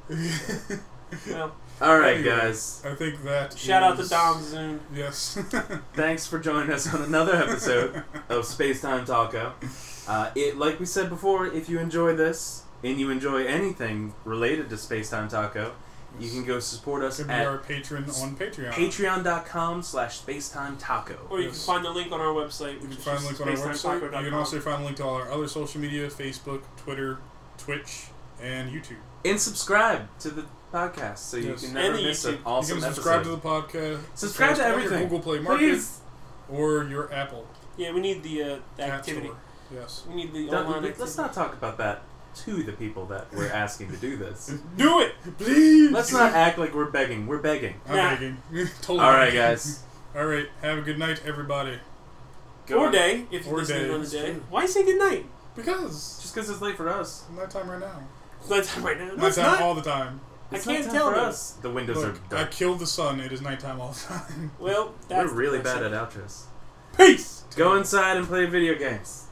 way. Well, All right, Anyway. guys. I think that. shout out to is- Dom Zoom. Yes. Thanks for joining us on another episode of Space Time Taco. Uh, it, like we said before, if you enjoy this and you enjoy anything related to Space Time Taco, you can go support us Could be at our patron on Patreon. patreon.com slash spacetime taco. Or you can Yes. find the link on our website. You Which can is find links on our website. You spacetimetaco.com. can also find a link to all our other social media Facebook, Twitter, Twitch, and YouTube. And subscribe to the podcast so you Yes. can And never the miss YouTube. an awesome you can subscribe episode. to the podcast. Subscribe to podcast on your everything. Google Play Market Please. or your Apple Yeah, we need the, uh, the App activity. Store. Yes. We need the Don't- online activity. let's not talk about that to the people that we're asking to do this. Do it, please. Let's not act like we're begging. We're begging. I'm Nah. begging. totally. All right, begging. guys. All right. Have a good night, everybody. Go or on. day, if you're Or listening day, on the it's day. true. Why you say good night? Because Just because it's late for us. it's nighttime right now. It's nighttime right now. No, it's Nighttime not. all the time. I It's can't nighttime tell for though. us. The windows Look, are I dark. killed the sun. It is nighttime all the time. Well, We're that's really that's bad it. at outros. Peace. Go inside and play video games.